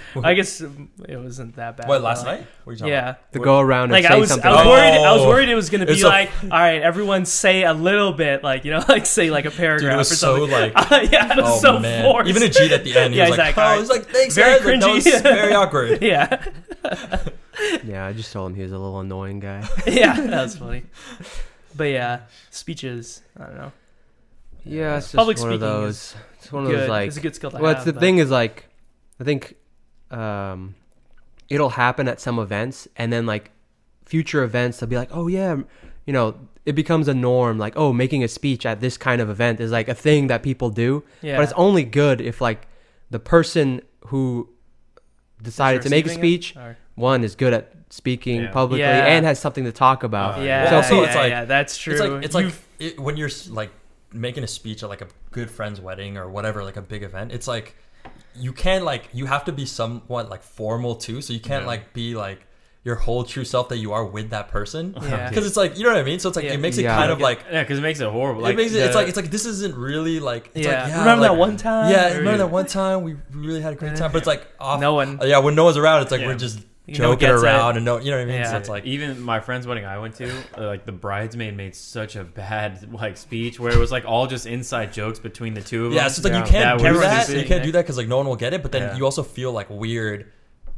S2: I guess um, it wasn't that bad.
S3: What
S2: but,
S3: last
S2: like,
S3: night? What are you talking
S2: Yeah,
S1: To
S4: What-
S1: go around and
S2: like
S1: say
S2: I was,
S1: something.
S2: I was
S3: Oh.
S2: worried, I was worried it was gonna be
S3: It's a-
S2: like, all right, everyone say a little bit, like you know, like say like a
S3: about?
S2: paragraph
S3: Dude, it
S2: or
S3: was so
S2: something.
S3: like.
S2: yeah, it was
S3: Oh
S2: so
S3: man!
S2: forced.
S3: Even a Jeet at the end, he
S2: Yeah,
S3: was
S2: he's
S3: like,
S2: like,
S3: "Oh, he's like, thanks,
S2: Very
S3: guys." Like, that
S2: cringy.
S3: was very awkward.
S2: yeah,
S1: yeah, I just told him he was a little annoying guy.
S2: yeah, that was funny. But yeah, speeches. I don't know.
S1: yeah, it's just
S2: Public
S1: one of
S2: speaking
S1: those. It's one of
S2: good.
S1: those like.
S2: it's a good skill to
S1: well,
S2: have.
S1: it's the
S2: but-
S1: thing is like, I think, um, it'll happen at some events, and then like future events, they'll be like, oh yeah, m- you know, it becomes a norm. Like, oh, making a speech at this kind of event is like a thing that people do.
S2: Yeah.
S1: But it's only good if like the person who decided to make a
S2: Receiving it?
S1: speech
S2: Or-
S1: one is good at speaking
S4: Yeah.
S1: publicly
S2: Yeah.
S1: and has something to talk about.
S4: Uh,
S2: yeah,
S3: Well,
S2: yeah,
S3: also, it's like-
S2: yeah, that's true.
S3: It's like it's like
S2: You've-
S3: it, when you're s- like making a speech at like a good friend's wedding or whatever, like a big event. It's like you can like you have to be somewhat like formal too, so you can't
S4: Yeah.
S3: like be like your whole true self that you are with that person.
S2: Yeah.
S3: Because it's like you know what I mean. So it's like
S2: Yeah.
S3: it makes it
S1: Yeah.
S3: kind of
S2: Yeah.
S3: like
S4: yeah, because it makes it horrible. Like,
S3: it makes it. It's
S4: the-
S3: like it's like this isn't really like. It's
S2: yeah.
S3: Like,
S2: Remember
S3: like-
S2: that one time?
S3: Yeah,
S2: Or-
S3: remember that one time we really had a great time, but it's like off.
S2: No one.
S3: Yeah, when no one's around, it's like
S4: Yeah.
S3: we're just
S2: You know,
S3: joking
S2: gets it.
S3: around and no, you know what I mean.
S2: Yeah.
S3: So it's like
S4: even my friend's wedding I went to, uh, like the bridesmaid made such a bad like speech where it was like all just inside jokes between the two of them.
S3: Yeah, so it's like
S1: Yeah.
S3: you can't
S4: That
S3: do
S4: was
S3: that.
S4: just
S3: You
S4: it.
S3: can't do that because like no one will get it. But then
S4: Yeah.
S3: you also feel like weird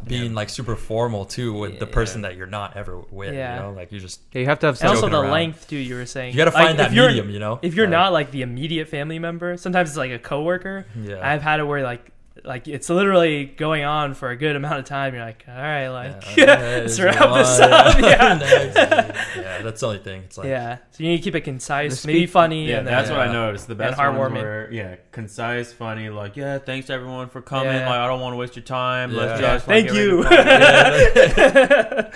S3: being like super formal too with the
S2: Yeah.
S3: person that you're not ever with.
S2: Yeah.
S3: You know, like you just
S1: Yeah, you have to have
S2: And
S1: some.
S2: also
S3: joking
S2: the
S3: around.
S2: length too. You were saying
S3: you got to
S2: Like,
S3: find that
S2: if you're-
S3: medium. You know,
S2: If you're
S3: Like,
S2: not like the immediate family member, sometimes it's like a coworker.
S3: yeah,
S2: I've had it where like like it's literally going on for a good amount of time. You're like, all right, like
S3: Yeah,
S2: let's
S3: there's
S2: wrap this
S3: one,
S2: up. Yeah.
S3: Next. yeah, that's the only thing. It's like
S2: yeah. So you need to keep it concise,
S1: The
S2: maybe
S1: speak-
S2: funny.
S4: Yeah,
S2: and then, uh,
S4: that's what
S3: Yeah.
S4: I noticed. The best
S2: And
S4: ones
S2: heartwarming.
S4: were yeah, concise, funny. Like yeah, thanks everyone for coming.
S2: Yeah.
S4: Like I don't want to waste your time. Let's
S3: Yeah.
S4: just like,
S2: Thank
S4: get ready to
S2: you.
S4: party.
S3: yeah.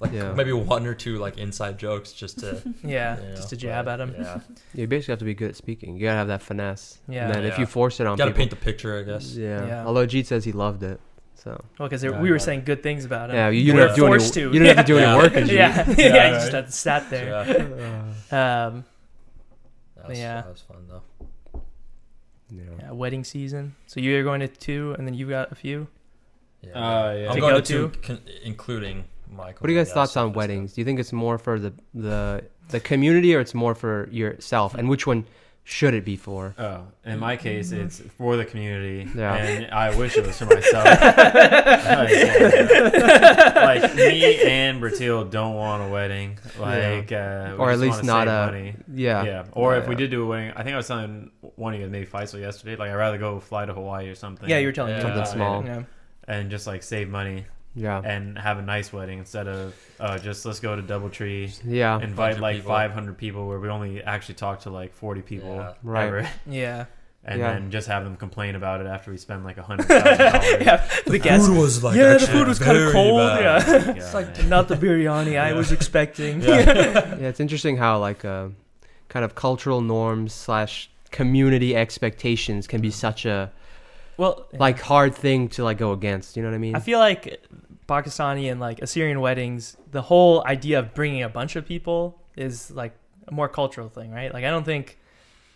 S3: like
S1: Yeah.
S3: maybe one or two like inside jokes just to
S2: yeah,
S3: you know,
S2: just a jab
S3: but,
S2: at him.
S3: Yeah,
S1: You basically have to be good at speaking. You gotta have that finesse.
S2: Yeah.
S1: And then if
S3: Yeah.
S1: you force it on
S3: got to
S1: people,
S3: paint the picture, I guess.
S1: yeah.
S2: Yeah.
S1: Although Jeet says he loved it, so
S2: Well, because
S4: Yeah,
S2: we were
S4: I got
S2: saying good things about him.
S1: yeah, you, you
S2: We
S1: don't
S2: were
S1: have to do any.
S2: forced to.
S1: You don't have to do
S3: Yeah.
S1: any work. in Jeet.
S2: yeah, yeah,
S3: Yeah,
S2: you just
S3: right.
S2: had to sat there.
S3: Yeah,
S1: Uh,
S2: Um,
S3: that was,
S2: Yeah.
S3: that was fun though.
S1: You know.
S2: Yeah, wedding season. So you're going to two, and then you've got a few.
S3: Yeah,
S4: Uh, yeah.
S3: I'm
S2: To
S3: going
S2: go
S3: to, two, con- including Michael.
S1: What are you guys'
S3: Yeah,
S1: thoughts
S3: so
S1: on
S3: just, uh,
S1: weddings? Do you think it's more for the the the community or it's more for yourself? And which one should it be for?
S4: Oh, in my case, it's for the community,
S1: Yeah.
S4: and I wish it was for myself. like, me and Bertil don't want a wedding, like, uh, we
S1: Or at
S4: just
S1: least
S4: wanna
S1: not
S4: save
S1: a-
S4: money.
S1: Yeah.
S4: Yeah. Or if
S1: Yeah.
S4: we did do a wedding, I think I was telling one of you guys, maybe Faisal yesterday, like I'd rather go fly to Hawaii or something.
S2: Yeah, you were telling me.
S1: Something
S4: Yeah.
S1: small.
S2: Yeah.
S4: and just like save money
S1: Yeah.
S4: and have a nice wedding instead of uh, just let's go to DoubleTree,
S1: Yeah.
S4: invite
S3: 100
S4: like
S3: people.
S4: 500 people where we only actually talk to like 40 people.
S3: Yeah.
S1: Right.
S4: ever,
S2: Yeah.
S4: and
S1: Yeah.
S4: then just have them complain about it after we spend like a hundred thousand dollars.
S2: The guest.
S3: was like
S2: yeah, the
S3: actually
S2: food was kind of
S3: very uh,
S2: cold.
S3: bad.
S2: Yeah.
S4: Yeah,
S2: It's like
S4: man.
S2: not the biryani I was expecting.
S1: yeah. It's interesting how like uh, kind of cultural norms slash community expectations can be such a
S2: Well,
S1: like hard thing to like go against. You know what I mean?
S2: I feel like Pakistani and like Assyrian weddings, the whole idea of bringing a bunch of people is like a more cultural thing, right? Like I don't think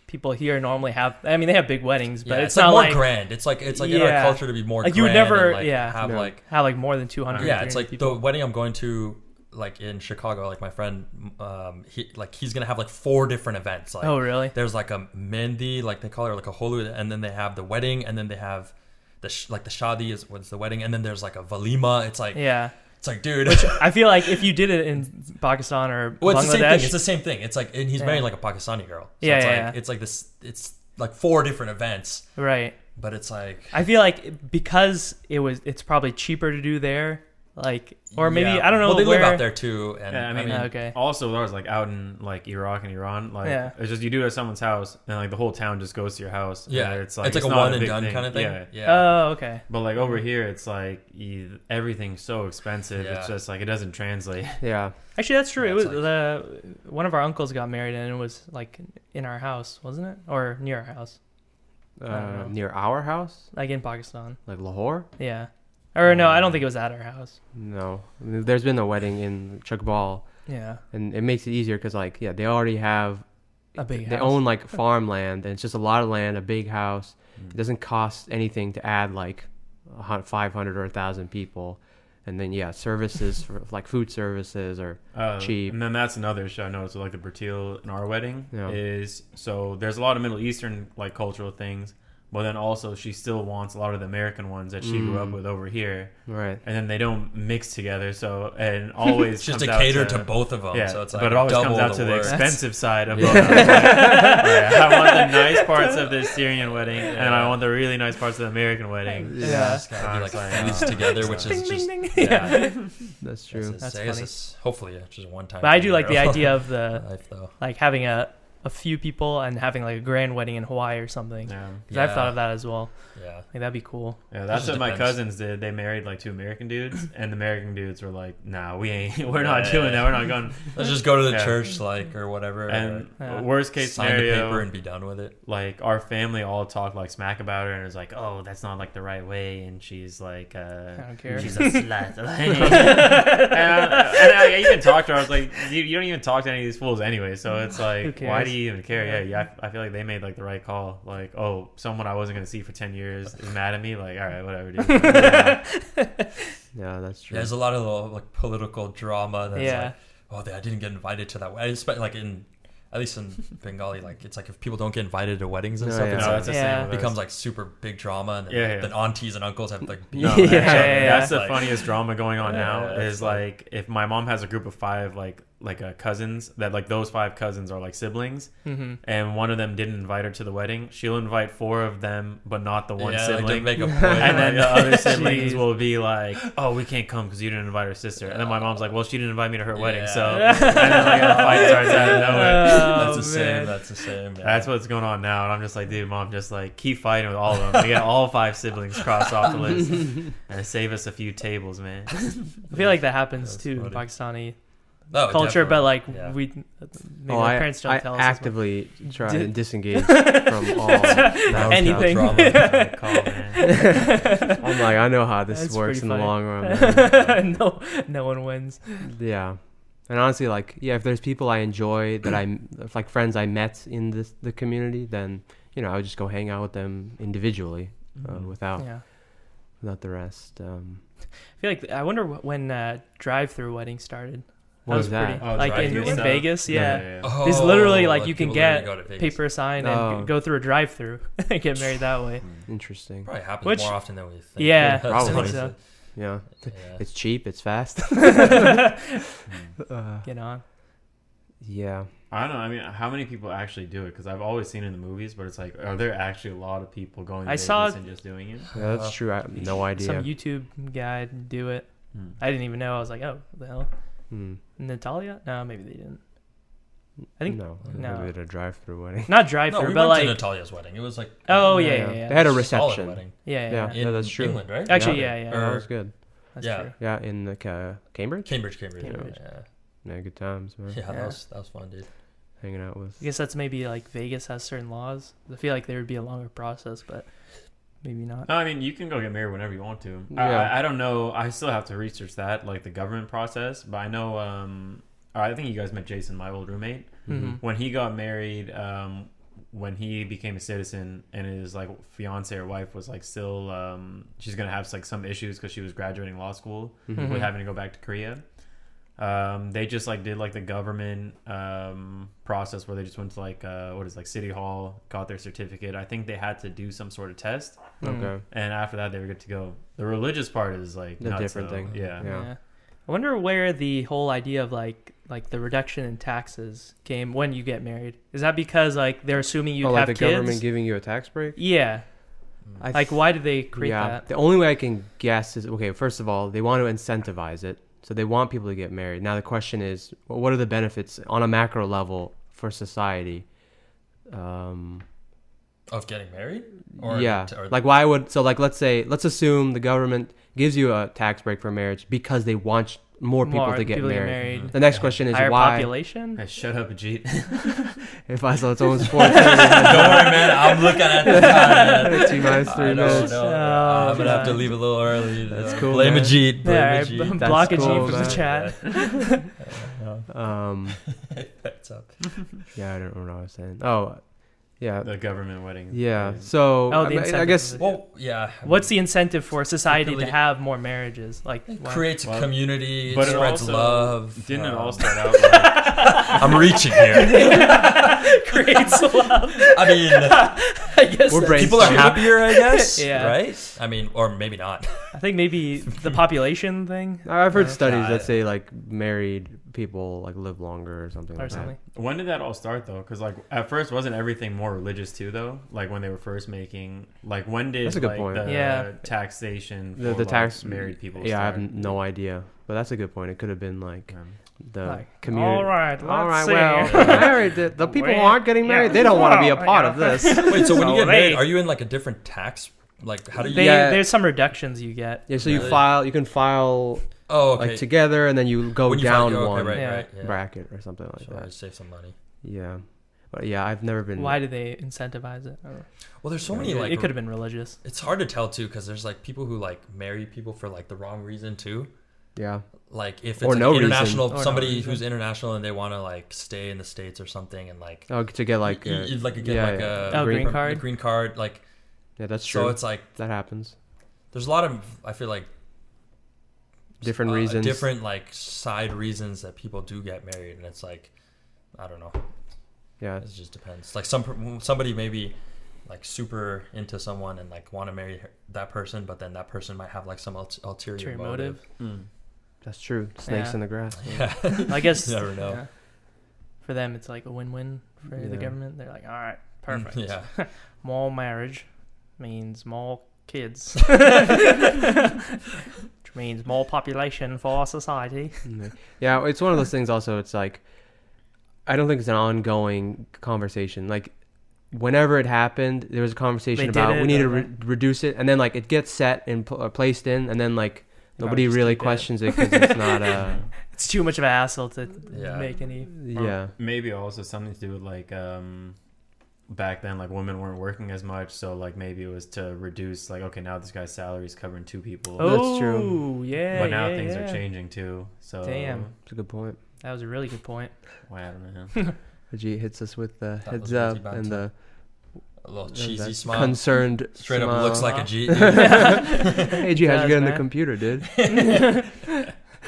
S2: people here normally have. I mean, they have big weddings,
S3: Yeah,
S2: but it's,
S3: it's, like
S2: not
S3: more
S2: like
S3: grand. It's like it's like in
S2: Yeah.
S3: our culture to be more
S2: Like, you
S3: grand
S2: would never-
S3: and, like,
S2: yeah.
S3: have
S1: No.
S3: like
S2: have like more than two hundred.
S3: yeah. It's like
S2: people.
S3: the wedding I'm going to like in Chicago. Like my friend, um, he like he's gonna have like four different events. Like
S2: oh really?
S3: there's like a mendi, like they call it, or like a holu, and then they have the wedding, and then they have the sh- like the shadi is what's the wedding, and then there's like a valima. It's like
S2: Yeah,
S3: it's like dude.
S2: I feel like if you did it in Pakistan or
S3: Well, it's the same
S2: Bangladesh,
S3: thing. It's the same thing. It's like and he's
S2: Yeah.
S3: marrying like a Pakistani girl. So
S2: Yeah,
S3: it's
S2: yeah,
S3: like,
S2: yeah.
S3: It's like this. It's like four different events,
S2: right?
S3: but it's like
S2: I feel like because it was, it's probably cheaper to do there. Like, or maybe
S3: yeah.
S2: I don't know.
S3: Well, they
S2: where,
S3: live out there too, and
S4: Yeah, I
S3: I
S4: mean,
S3: mean,
S2: Okay.
S4: Also, that was like out in like Iraq and Iran. Like
S2: Yeah.
S4: it's just you do it at someone's house, and like the whole town just goes to your house.
S3: yeah,
S4: and
S3: it's like a
S4: not
S3: one and
S4: big
S3: done kind of thing. Mm-hmm.
S4: Yeah.
S3: Yeah,
S2: Oh, okay.
S4: But like over here, it's like you, everything's so expensive. It's
S3: Yeah.
S4: just like it doesn't translate.
S1: yeah.
S2: Actually, that's true.
S3: Yeah,
S2: it was
S3: it's like-
S2: the one of our uncles got married, and it was like in our house, wasn't it, or near our house, don't
S1: Uh,
S2: know.
S1: near our house,
S2: like in Pakistan?
S1: like Lahore.
S2: Yeah. Or no, I don't think it was at our house.
S1: No, there's been a wedding in Chakbal,
S2: Yeah,
S1: and it makes it easier because like yeah, they already have
S2: a big
S1: they
S2: house.
S1: own like farmland and it's just a lot of land a big house it doesn't cost anything to add like a hun- 500 or 1000 people and then yeah services for like food services or
S4: Uh,
S1: Cheap.
S4: And then that's another issue I noticed with like the Bertil in our wedding
S1: Yeah.
S4: is so there's a lot of Middle Eastern like cultural things, but then also she still wants a lot of the American ones that she grew up
S1: Mm.
S4: with over here,
S1: right
S4: and then they don't mix together. So and always
S3: it's just
S4: comes
S3: to
S4: out
S3: cater to, both of them.
S4: Yeah,
S3: so it's like
S4: but it always
S3: double
S4: comes out
S3: the
S4: to the
S3: work.
S4: expensive side of both. of them. Yeah, I want the nice parts of the Syrian wedding, and I
S3: Yeah.
S4: want the really nice parts of the American wedding.
S3: It's
S2: Yeah.
S3: just gotta be, like
S4: Honestly,
S3: fused
S4: yeah.
S3: together, which
S2: Ding
S3: is
S2: ding
S3: just
S2: ding.
S4: yeah.
S2: Yeah.
S1: that's
S3: It's
S1: true
S3: just-
S2: That's
S3: I guess
S2: funny.
S3: it's hopefully yeah, just one time.
S2: but I
S3: thing
S2: do like the
S3: girl.
S2: idea of the
S3: life though.
S2: like having a a few people and having like a grand wedding in Hawaii or something.
S4: Yeah,
S2: Because I've thought of that as well.
S3: Yeah,
S2: Like that'd be cool.
S4: yeah that's
S3: just
S4: what my
S3: depends.
S4: cousins did. They married like two American dudes, and the American dudes were like, "Nah, we ain't. We're
S3: Yeah.
S4: not doing that. We're not going."
S3: let's just go to the
S4: Yeah.
S3: church like or whatever,
S4: And
S2: Yeah.
S4: worst
S3: or
S4: case
S3: sign
S4: scenario,
S3: the paper and be done with it.
S4: like our family all talked like smack about her and it was like, "Oh, that's not like the right way," and she's like,
S2: I
S4: uh,
S2: don't care.
S4: "She's a slut." and I, and I even talked to her. I was like, you, "You don't even talk to any of these fools anyway." So it's like, why
S2: cares?
S4: do you even care? Yeah, yeah. I, I feel like they made like the right call. Like, oh, someone I wasn't gonna see for ten years is mad at me. Like, all right, whatever, dude. Yeah.
S1: yeah that's true
S3: There's a lot of little, like political drama. That's
S2: yeah.
S3: like, oh, they, I didn't get invited to that. wed- I expect like in at least in Bengali, like it's like if people don't get invited to weddings and
S1: No,
S3: stuff,
S1: yeah.
S4: No,
S3: it's
S4: that's
S3: like,
S4: the
S2: Yeah.
S4: same
S3: it
S4: with us.
S3: becomes like super big drama, and then,
S4: Yeah, yeah.
S3: then aunties and uncles have to, like
S1: No,
S3: beef.
S1: Yeah,
S4: that's-
S2: yeah, yeah.
S4: that's the
S3: Like-
S4: funniest drama going on now.
S3: Yeah,
S4: Is
S3: it's like-
S4: like if my mom has a group of five like like uh, cousins that like those five cousins are like siblings,
S2: Mm-hmm.
S4: and one of them didn't invite her to the wedding. She'll invite four of them, but not the one
S3: yeah, like, to
S4: sibling.
S3: make a point.
S4: and then
S3: right?
S4: the other siblings
S2: Jeez.
S4: will be like, "Oh, we can't come because you didn't invite her sister." And then my mom's like, "Well, she didn't invite me to her wedding, so."
S3: Yeah.
S4: and then like a fight starts out of nowhere.
S2: Oh,
S3: that's the
S2: man.
S3: same. That's the same. Yeah.
S4: That's what's going on now, and I'm just like, dude, mom, just like keep fighting with all of them. We got all five siblings crossed off the list, and save us a few tables, man.
S2: I feel like that happens
S3: That's
S2: too in
S3: funny.
S2: Pakistani
S3: No,
S2: culture, but
S3: definitely.
S2: like
S3: Yeah.
S2: we maybe
S1: Oh,
S2: our
S1: I-
S2: parents don't
S1: I
S2: tell us. as much.
S1: actively try
S2: Did-
S1: to disengage from all that
S2: Anything.
S1: drama.
S4: Like, call, man.
S1: I'm like, I know how Oh this
S2: That's
S1: works in
S2: pretty
S1: the long
S2: funny.
S1: run. man.
S2: no, no one wins.
S1: Yeah. And honestly, like, yeah, if there's people I enjoy that I, if, like, friends I met in this the community, then you know, I would just go hang out with them individually uh,
S4: Mhm.
S1: without
S2: Mm-hmm. Yeah.
S1: without the rest. Um,
S2: I feel like I wonder wh- when uh, drive-through wedding started.
S1: what
S2: that
S1: was
S2: was
S1: that?
S2: pretty. like in,
S4: drive-thru
S2: in
S4: stuff?
S2: Vegas, yeah.
S3: Oh,
S2: It's literally like you can
S3: people
S2: get
S3: literally go to Vegas.
S2: Paper sign and
S1: Oh.
S2: go through a drive-through and get married that way.
S4: Mm.
S1: Interesting.
S3: Probably happens
S2: Which-
S3: more often than we think.
S2: Yeah, I
S3: That's
S1: think
S3: honestly-
S1: Yeah,
S3: yeah.
S1: it's cheap. It's fast. uh,
S2: Get on.
S1: yeah.
S4: I don't know. I mean, how many people actually do it? Because I've always seen it in the movies, but it's like, are there actually a lot of people going? To
S2: I
S4: Vegas
S2: saw-
S4: and just doing it.
S1: Yeah, that's
S3: Uh,
S1: true. I have no
S2: Some
S1: idea.
S2: YouTube guy do it.
S4: Hmm.
S2: I didn't even know. I was like, oh, what the hell,
S1: Hmm.
S2: Natalia? No, maybe they didn't. I think-
S1: no,
S2: no.
S1: maybe at a drive-through wedding.
S2: Not
S3: No,
S2: drive-through,
S3: we
S2: but
S3: went
S2: like,
S3: to Natalia's wedding. It was like
S2: oh yeah,
S1: Yeah,
S2: yeah,
S1: yeah.
S2: yeah.
S1: They had a
S3: solid
S1: reception.
S3: wedding
S2: yeah, yeah,
S1: Yeah.
S2: yeah.
S3: in
S1: that's true.
S3: England, right?
S2: Actually, yeah, yeah,
S1: Yeah, that
S3: Or
S1: was good.
S2: that's
S3: yeah.
S2: true.
S1: Yeah, in the ca- Cambridge.
S3: Cambridge, Cambridge.
S2: Cambridge.
S3: Yeah.
S1: Yeah, good times, man.
S3: Yeah,
S2: Yeah.
S3: that was that was fun, dude.
S1: Hanging out with.
S2: I guess that's maybe like Vegas has certain laws. I feel like there would be a longer process, but maybe not.
S1: Oh.
S4: No, I mean you can go get married whenever you want to. I-
S1: Yeah.
S4: I, I don't know. I still have to research that, like the government process. But I know. Um, I think you guys met Jason, my old roommate.
S1: Mm-hmm.
S2: Mhm.
S4: When he got married, um, when he became a citizen, and his like fiance or wife was like still, um, she's gonna have like some issues because she was graduating law school
S2: Mm-hmm.
S1: Mhm.
S4: with having to go back to Korea. Um, they just like did like the government um, process where they just went to like uh, what is it, like city hall, got their certificate. I think they had to do some sort of test
S2: mm-hmm.
S1: Okay.
S4: and after that they were good to go. The religious part is like
S1: The
S4: nuts,
S1: different
S4: though.
S1: thing.
S4: Yeah.
S1: Yeah.
S2: Um, I wonder where the whole idea of like like the reduction in taxes came when you get married. Is that because like they're assuming you
S1: oh,
S2: have
S1: like the
S2: kids?
S1: government giving you a tax break.
S2: yeah.
S3: Mm.
S1: I
S2: Like why did they create that?
S1: The only way I can guess is okay. First of all, they want to incentivize it, so they want people to get married. Now the question is, well, what are the benefits on a macro level for society? Um,
S3: Of getting married?
S1: yeah,
S3: or-
S1: like why would so like let's say let's assume the government gives you a tax break for marriage because they want more people to get married. The next question is
S2: Higher
S1: why?
S2: population?
S4: Hey, shut up, Ajit.
S1: If I saw it's almost four
S3: Don't worry, man. I'm looking at the time. man.
S1: Two minus three
S3: I don't
S1: minutes.
S3: know.
S2: Oh,
S3: I'm gonna have to
S2: man.
S3: leave a little early.
S1: That's
S3: Uh,
S1: cool,
S3: Blame
S1: man.
S3: Ajit. Blame
S2: Yeah,
S3: Ajit.
S1: That's
S2: block a G
S1: cool,
S2: from the
S1: man.
S2: chat.
S1: Um,
S3: That's up.
S1: yeah, I don't know what I was saying. Oh, yeah,
S4: the government wedding.
S1: yeah. So
S2: Oh,
S1: I,
S2: the
S1: mean, I
S2: incentive
S1: guess
S2: of it.
S3: Well, yeah. I
S2: What's the incentive for society to
S3: Particularly-
S2: have more marriages? Like
S3: mean,
S2: why-
S3: it creates a
S4: Well,
S3: community.
S4: but
S3: But
S4: it
S3: spreads
S4: also-
S3: love.
S4: Didn't it
S3: um,
S4: all start out? Like,
S3: I'm reaching here.
S2: creates love.
S3: I mean,
S2: I guess
S1: We're
S2: that-
S1: brainstorming.
S3: people are happier, I guess.
S2: Yeah.
S3: Right. I mean, or maybe not.
S2: I think maybe the population thing
S1: I've heard
S2: Uh,
S1: studies
S3: uh,
S1: that say like married people like live longer or something
S2: or
S1: like
S2: something.
S4: when did that all start though? Because like at first wasn't everything more religious too though? Like when they were first making like when did
S1: That's a good
S4: like,
S1: point.
S4: the
S2: Yeah.
S4: taxation
S1: that.
S4: for
S1: The, the
S4: like,
S1: tax
S4: married people?
S1: Yeah, I
S4: start?
S1: have no idea, but that's a good point. It could have been like
S4: Um,
S1: the
S2: Like,
S1: community.
S2: All right, let's
S1: All right,
S2: see.
S1: well, uh, married, the, the people who
S2: Well,
S1: aren't getting
S2: yeah. Oh
S1: married, they don't want to be a
S2: Well,
S1: part
S2: yeah.
S1: of this.
S3: Wait. So when you
S2: So
S3: get married,
S2: they-
S3: are you in like a different tax? Like, how do you?
S2: They,
S1: Yeah.
S2: There's some reductions you get.
S1: Yeah, so you
S3: Really?
S1: file, you can file
S3: oh, okay.
S1: like together, and then you go
S3: When you
S1: down
S3: find- oh, okay,
S1: one
S3: Right.
S2: Yeah.
S3: Right. Yeah.
S1: bracket or something like
S3: So I
S1: that.
S3: save some money.
S1: Yeah, but yeah, I've never been.
S2: Why do they incentivize it? I don't know.
S3: Well, there's so
S1: Yeah.
S3: many like
S2: it could have been religious.
S3: It's hard to tell too, because there's like people who like marry people for like the wrong reason too.
S1: Yeah,
S3: Like if it's
S1: Or
S3: like,
S1: no reason.
S3: international,
S2: Or no
S3: somebody
S2: reason.
S3: who's international and they want to like stay in the states or something, and like
S1: oh, to get like,
S3: you,
S1: a,
S3: you- like you get
S1: yeah,
S3: like
S1: yeah.
S3: a
S2: Oh, green
S3: a
S2: card?
S3: green card. Like
S1: yeah, that's
S3: so,
S1: true.
S3: it's like
S1: that happens.
S3: there's a lot of I feel like
S1: Different
S3: uh,
S1: reasons.
S3: different like side reasons that people do get married, and it's like I don't know.
S1: Yeah,
S3: It just depends. Like some somebody maybe like super into someone and like want to marry her, that person, but then that person might have like some ul- ulterior,
S2: Ulterior
S3: motive.
S2: Hmm.
S4: mm.
S1: that's true. Snakes
S2: Yeah.
S1: in the grass.
S3: Yeah.
S2: I guess
S3: You never know.
S2: yeah. For them, it's like a win-win for the
S1: Yeah.
S2: government. They're like, all right, perfect.
S3: Yeah.
S2: More marriage means more kids, which means more population for our society.
S1: Mm. yeah, it's one of those things. Also, it's like I don't think it's an ongoing conversation. Like whenever it happened, there was a conversation
S2: They did
S1: about
S2: it,
S1: we need to
S2: or-
S1: re- reduce it, and then like it gets set and pl- uh, placed in, and then like nobody
S2: just
S1: really
S2: keep it.
S1: questions it because it's not. Uh,
S2: It's too much of a hassle to
S3: Yeah.
S2: make any.
S1: yeah,
S4: Maybe also something to do with like um back then like women weren't working as much, so like maybe it was to reduce like okay now this guy's salary is covering two people.
S1: That's true.
S2: Oh, yeah.
S4: but now
S2: yeah,
S4: things
S2: yeah.
S4: are changing too. So
S2: Damn.
S1: it's a good point.
S2: That was a really good point.
S4: Wow, man.
S1: Ajit hits us with the
S3: That
S1: heads
S3: was really
S1: up
S3: bad
S1: and the
S3: a little
S1: There's
S3: cheesy
S1: that
S3: smile.
S1: Concerned.
S3: Straight
S1: smile.
S3: up looks like a G.
S1: Uh-huh. Hey, G, how'd you
S2: Does,
S1: get on the
S2: man.
S1: computer, dude?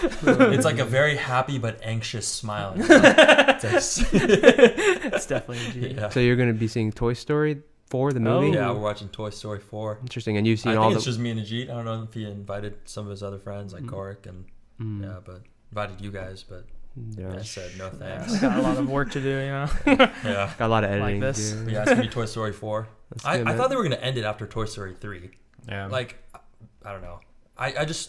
S3: it's like a very happy but anxious smile. It's like-
S2: It's definitely a G.
S3: yeah.
S1: So you're gonna be seeing Toy Story four, the
S2: Oh.
S1: movie.
S3: yeah, we're watching Toy Story 4.
S1: Interesting. And you've
S3: I
S1: seen all
S3: think
S1: the.
S3: it's just me and Ajit. I don't know if he invited some of his other friends, like
S1: Mm.
S3: Gorik and
S1: Mm,
S3: yeah, but invited you guys, but
S1: yeah.
S3: I said no
S2: Yeah,
S3: thanks.
S2: got a lot of work to do, you know.
S3: yeah.
S1: Got a lot of editing.
S2: this.
S1: to
S3: But
S1: do.
S3: yeah, it's gonna be Toy Story 4.
S1: That's
S3: I,
S1: good,
S3: I
S1: man.
S3: thought they were gonna end it after Toy Story 3.
S4: Yeah.
S3: Like, I don't know. I, I just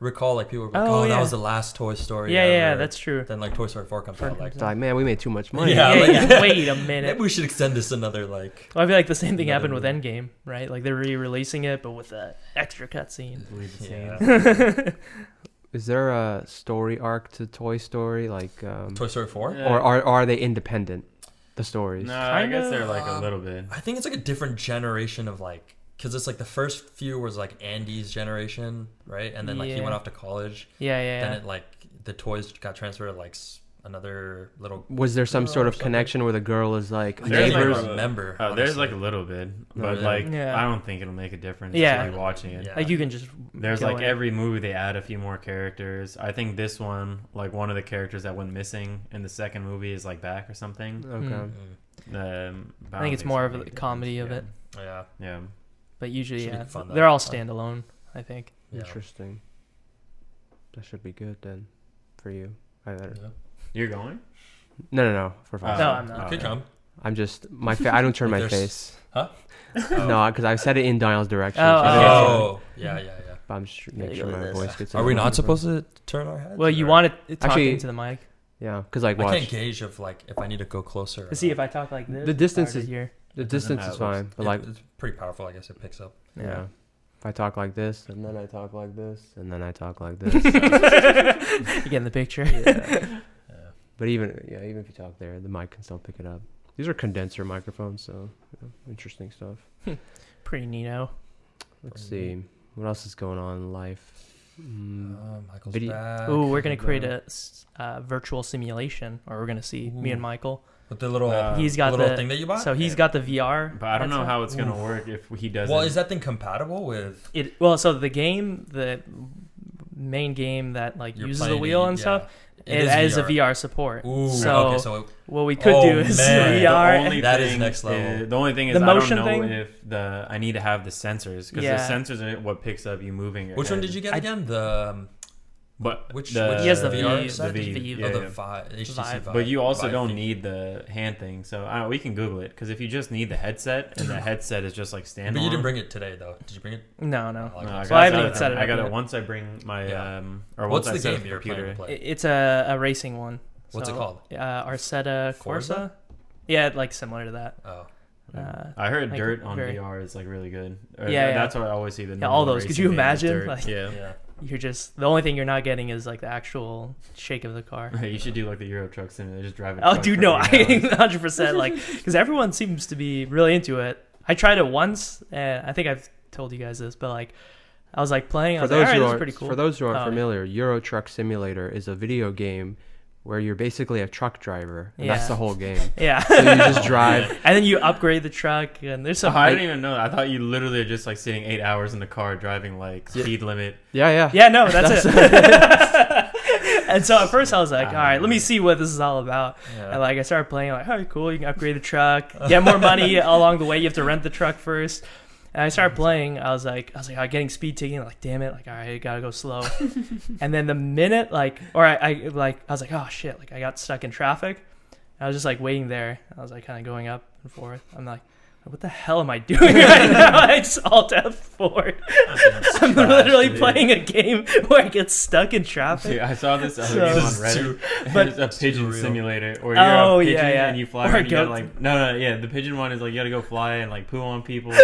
S3: recall like people were like,
S2: Oh,
S3: "Oh,
S2: yeah.
S3: that was the last Toy Story."
S2: Yeah, yeah,
S3: ever."
S2: that's true.
S3: Then like Toy Story 4 comes out, like
S1: It's like, man, we made too much money.
S3: Yeah,
S2: Yeah,
S3: like-
S2: yeah. Wait a minute.
S3: maybe we should extend this another like.
S2: Well, I feel like the same thing
S3: Another
S2: happened with
S3: movie.
S2: Endgame, right? Like they're re-releasing it, but with an extra cutscene.
S4: Leave the
S3: Yeah.
S4: scenes.
S1: Is there a story arc to Toy Story? Like, um,
S3: Toy Story 4.
S4: Yeah.
S1: or are, are they independent? The stories.
S4: Uh, No, I
S2: Kind
S4: guess
S2: of,
S4: they're like a
S3: um,
S4: little bit.
S3: I think it's like a different generation of like, because it's like the first few was like Andy's generation, right? And then like he
S2: Yeah.
S3: went off to college.
S2: Yeah, yeah,
S3: Then
S2: yeah.
S3: it like the toys got transferred to like s- another little.
S1: Was there some
S3: Girl
S1: sort
S3: or
S1: of
S3: something.
S1: connection where the girl is like
S3: I
S4: There's
S3: can't
S4: like
S1: neighbors?
S3: even
S4: a-
S3: remember.
S4: Oh, there's
S3: honestly. Oh,
S4: like a little bit,
S1: No,
S4: but
S3: yeah.
S4: like
S2: Yeah.
S4: I don't think it'll make a difference
S2: Yeah.
S4: to be watching it.
S3: Yeah.
S2: Like you can just
S4: There's
S2: go
S4: like
S2: in.
S4: every movie they add a few more characters. I think this one, like one of the characters that went missing in the second movie, is like back or something.
S1: okay.
S2: Hmm.
S3: Mm,
S4: Um, but
S2: I think it's
S4: so
S2: more of
S4: big
S2: a
S4: difference.
S2: comedy of
S4: Yeah.
S2: it,
S3: yeah,
S4: Yeah,
S2: but usually
S3: Should be
S2: yeah,
S3: fun, though.
S2: they're all
S3: Fun.
S2: standalone. I think.
S3: yeah.
S1: Interesting. That should be good then, for you. I, I don't,
S4: Uh,
S3: Yeah.
S4: you're going.
S1: no, no, no. For
S4: Oh.
S1: fun.
S2: No, I'm
S3: You
S2: not.
S3: could come.
S1: I'm just my. Fa- I don't turn
S3: Like
S1: my
S3: there's-
S1: face.
S3: Huh?
S1: No, because I said it in Daniel's direction. so
S2: Oh,
S1: I
S2: okay.
S1: didn't-
S3: Oh, yeah, yeah, yeah.
S1: But I'm just
S2: Yeah,
S1: making
S2: you
S1: sure
S2: go
S1: my
S2: with
S1: voice
S2: this.
S1: gets. in
S3: Are
S1: the
S3: we not
S1: microphone.
S3: supposed to turn our heads?
S2: Well, you
S3: or-
S2: want to talk
S1: Actually-
S2: into the mic
S1: Yeah, because like
S3: I can't
S1: watch
S3: gauge if like if I need to go closer.
S2: to see if I talk like this.
S1: The distance
S2: harder
S1: is-
S2: here.
S1: the
S4: It doesn't
S1: distance is
S4: matter.
S1: fine, but like
S3: like it's pretty powerful. I guess it picks up.
S1: yeah.
S2: Yeah.
S1: if I talk like this and then I talk like this and then I talk like this,
S2: you get in the picture.
S3: Yeah.
S1: but even yeah, even if you talk there, the mic can still pick it up. These are condenser microphones, so you know, interesting stuff.
S2: Pretty neato.
S1: Let's
S3: Pretty
S1: see what else is going on in life. Mm,
S3: Uh, Michael's
S1: Video-
S3: back.
S2: Ooh, we're gonna
S1: Like,
S2: create
S1: uh,
S2: a s- uh, virtual simulation, or we're gonna see me
S3: Ooh.
S2: and Michael.
S3: With the little,
S4: Uh,
S2: He's got
S3: little
S2: the-
S3: thing that you bought.
S2: So he's
S3: Yeah.
S2: got the VR.
S4: But I don't know
S2: headset.
S4: how it's gonna work if he doesn't.
S3: Well, is that thing compatible with
S2: it. Well, so the game, the main game that like
S3: your
S2: uses the
S3: playing
S2: wheel
S3: it?
S2: and
S3: Yeah.
S2: stuff, it,
S3: is
S2: has a VR support.
S3: Ooh,
S2: so,
S3: okay, so it-
S2: what we could
S3: Oh,
S2: do is
S3: man. The
S2: VR.
S3: only- That is next level.
S4: is- the only thing is
S2: The
S4: I don't
S2: motion
S4: know
S2: thing?
S4: if the I need to have the sensors because
S2: Yeah.
S4: the sensors are what picks up you moving. Your
S3: which one
S4: head.
S3: did you get
S2: I-
S3: again? The um,
S4: But
S3: which,
S4: the,
S3: which
S2: He has the
S3: VR
S2: V,
S3: side?
S2: the
S4: V,
S2: V,
S4: yeah,
S3: oh, the
S4: yeah.
S3: Vi- HTC
S2: Vive.
S3: Vive.
S4: But you also
S3: Vive
S4: don't
S3: thing.
S4: need the hand thing, so I don't- we can Google it because if you just need the headset and the headset is just like standalone.
S3: But you didn't bring it today, though. Did you bring it?
S2: no, no.
S4: No,
S2: So
S4: I
S2: I
S4: got
S2: haven't
S4: it.
S2: even set it
S4: I
S2: up
S4: got
S2: yet.
S4: it once I bring my
S3: Yeah.
S4: um or
S3: What's the
S4: once I set up
S3: game
S4: the
S3: you're
S4: computer.
S3: playing to
S2: It-
S3: play?
S2: It's a, a racing one.
S3: What's it
S2: So,
S3: called?
S2: Uh, Arsetta Corsa.
S3: Forza?
S2: Yeah, like similar to that.
S3: Oh,
S2: Uh,
S4: I heard
S2: like,
S4: Dirt on
S2: very-
S4: VR is like really good. Or
S2: Yeah,
S4: yeah,
S2: yeah.
S4: that's why I always see the
S2: Yeah, all
S4: normal
S2: those. Could
S4: racing
S2: you
S4: game is
S2: imagine,
S4: Dirt.
S2: like-
S4: yeah.
S3: yeah.
S2: You're just the only thing you're not getting is like the actual shake of the car.
S4: you should do like the Euro Truck Simulator. Just drive it.
S2: Oh, dude, no, I 100 percent like because everyone seems to be really into it. I tried it once, and I think I've told you guys this, but like I was like playing. I
S1: for
S2: was like,
S1: those
S2: all right,
S1: who
S2: this is
S1: aren't
S2: pretty cool.
S1: for those who aren't
S2: Oh.
S1: familiar, Euro Truck Simulator is a video game where you're basically a truck driver, and that's
S2: Yeah.
S1: the whole game.
S2: yeah,
S1: So you just drive.
S2: and then you upgrade the truck, and there's some.
S4: I
S2: like-
S4: didn't even know. that. I thought you literally are just like sitting eight hours in the car driving like
S1: Yeah.
S4: speed limit.
S1: Yeah, yeah.
S2: yeah, no, that's it. and so at first I was like, all
S1: Ah,
S2: right, let me see what this is all about. And like I started playing, like, oh, cool, you can upgrade the truck, get more money along the way. You have to rent the truck first. And I started playing. I was like, I was like, oh, getting speed ticking. Like, damn it! Like, all right, gotta go slow. and then the minute, like, or I, I, like, I was like, oh shit! Like, I got stuck in traffic. I was just like waiting there. I was like, kind of going up and forth. I'm like, what the hell am I doing right now? I just alt F4. I'm literally
S4: dude.
S2: playing a game where I get stuck in traffic.
S4: Dude, I saw this other
S2: So-
S4: game on
S3: This is
S4: Reddit.
S3: too-
S2: but-
S4: There's a pigeon
S3: real.
S4: simulator, or you're
S2: Oh,
S4: a pigeon
S2: yeah, yeah.
S4: and you fly.
S2: Or
S4: around and you
S2: goat.
S4: gotta, like no, no, yeah. The pigeon one is like you gotta go fly and like poo on people.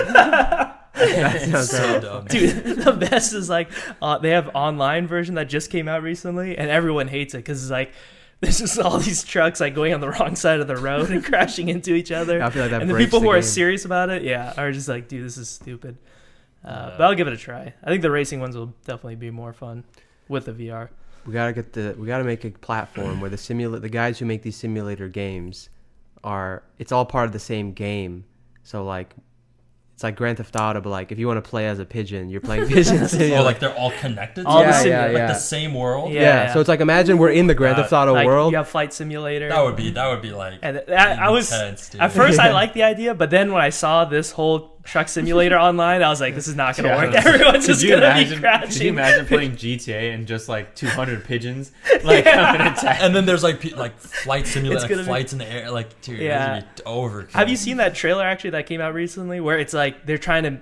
S1: That sounds
S3: so
S1: right.
S3: dumb.
S2: Dude, the best is like uh, they have online version that just came out recently, and everyone hates it because it's like there's just all these trucks like going on the wrong side of the road and crashing into each other.
S1: I feel like that
S2: and the
S1: breaks
S2: people
S1: the
S2: who are
S1: game.
S2: serious about it, yeah, are just like, dude, this is stupid. Uh,
S3: Yeah.
S2: But I'll give it a try. I think the racing ones will definitely be more fun with the VR.
S1: We gotta get the. We gotta make a platform where the simula- the guys who make these simulator games, are. It's all part of the same game. So like, It's like Grand Theft Auto, but like if you want to play as a pigeon, you're playing pigeons. and
S3: Oh,
S1: you're
S3: like they're all connected.
S2: All the
S3: together?
S2: same-
S1: yeah,
S3: like
S1: yeah.
S3: the same world.
S1: yeah,
S2: Yeah, yeah.
S1: So it's like imagine we're in the Grand
S3: Uh,
S1: Theft Auto
S2: like,
S1: world.
S2: You have flight simulator.
S3: That would be that would be like
S2: and that, I was
S3: intense, dude.
S2: at first I liked the idea, but then when I saw this whole truck simulator online, I was like, this is not gonna
S4: Yeah,
S2: work.
S4: that's-
S2: Everyone's
S4: Could
S2: just
S4: you
S2: gonna
S4: imagine?
S2: be
S4: Could you
S2: crashing.
S4: imagine playing GTA and just like 200 pigeons like coming and attack?
S3: And then there's like pe- like flight simulator,
S2: It's
S3: like
S2: gonna be-
S3: flights in the air, like dude,
S2: Yeah.
S3: yeah. be over.
S2: Have you seen that trailer actually that came out recently where it's like they're trying to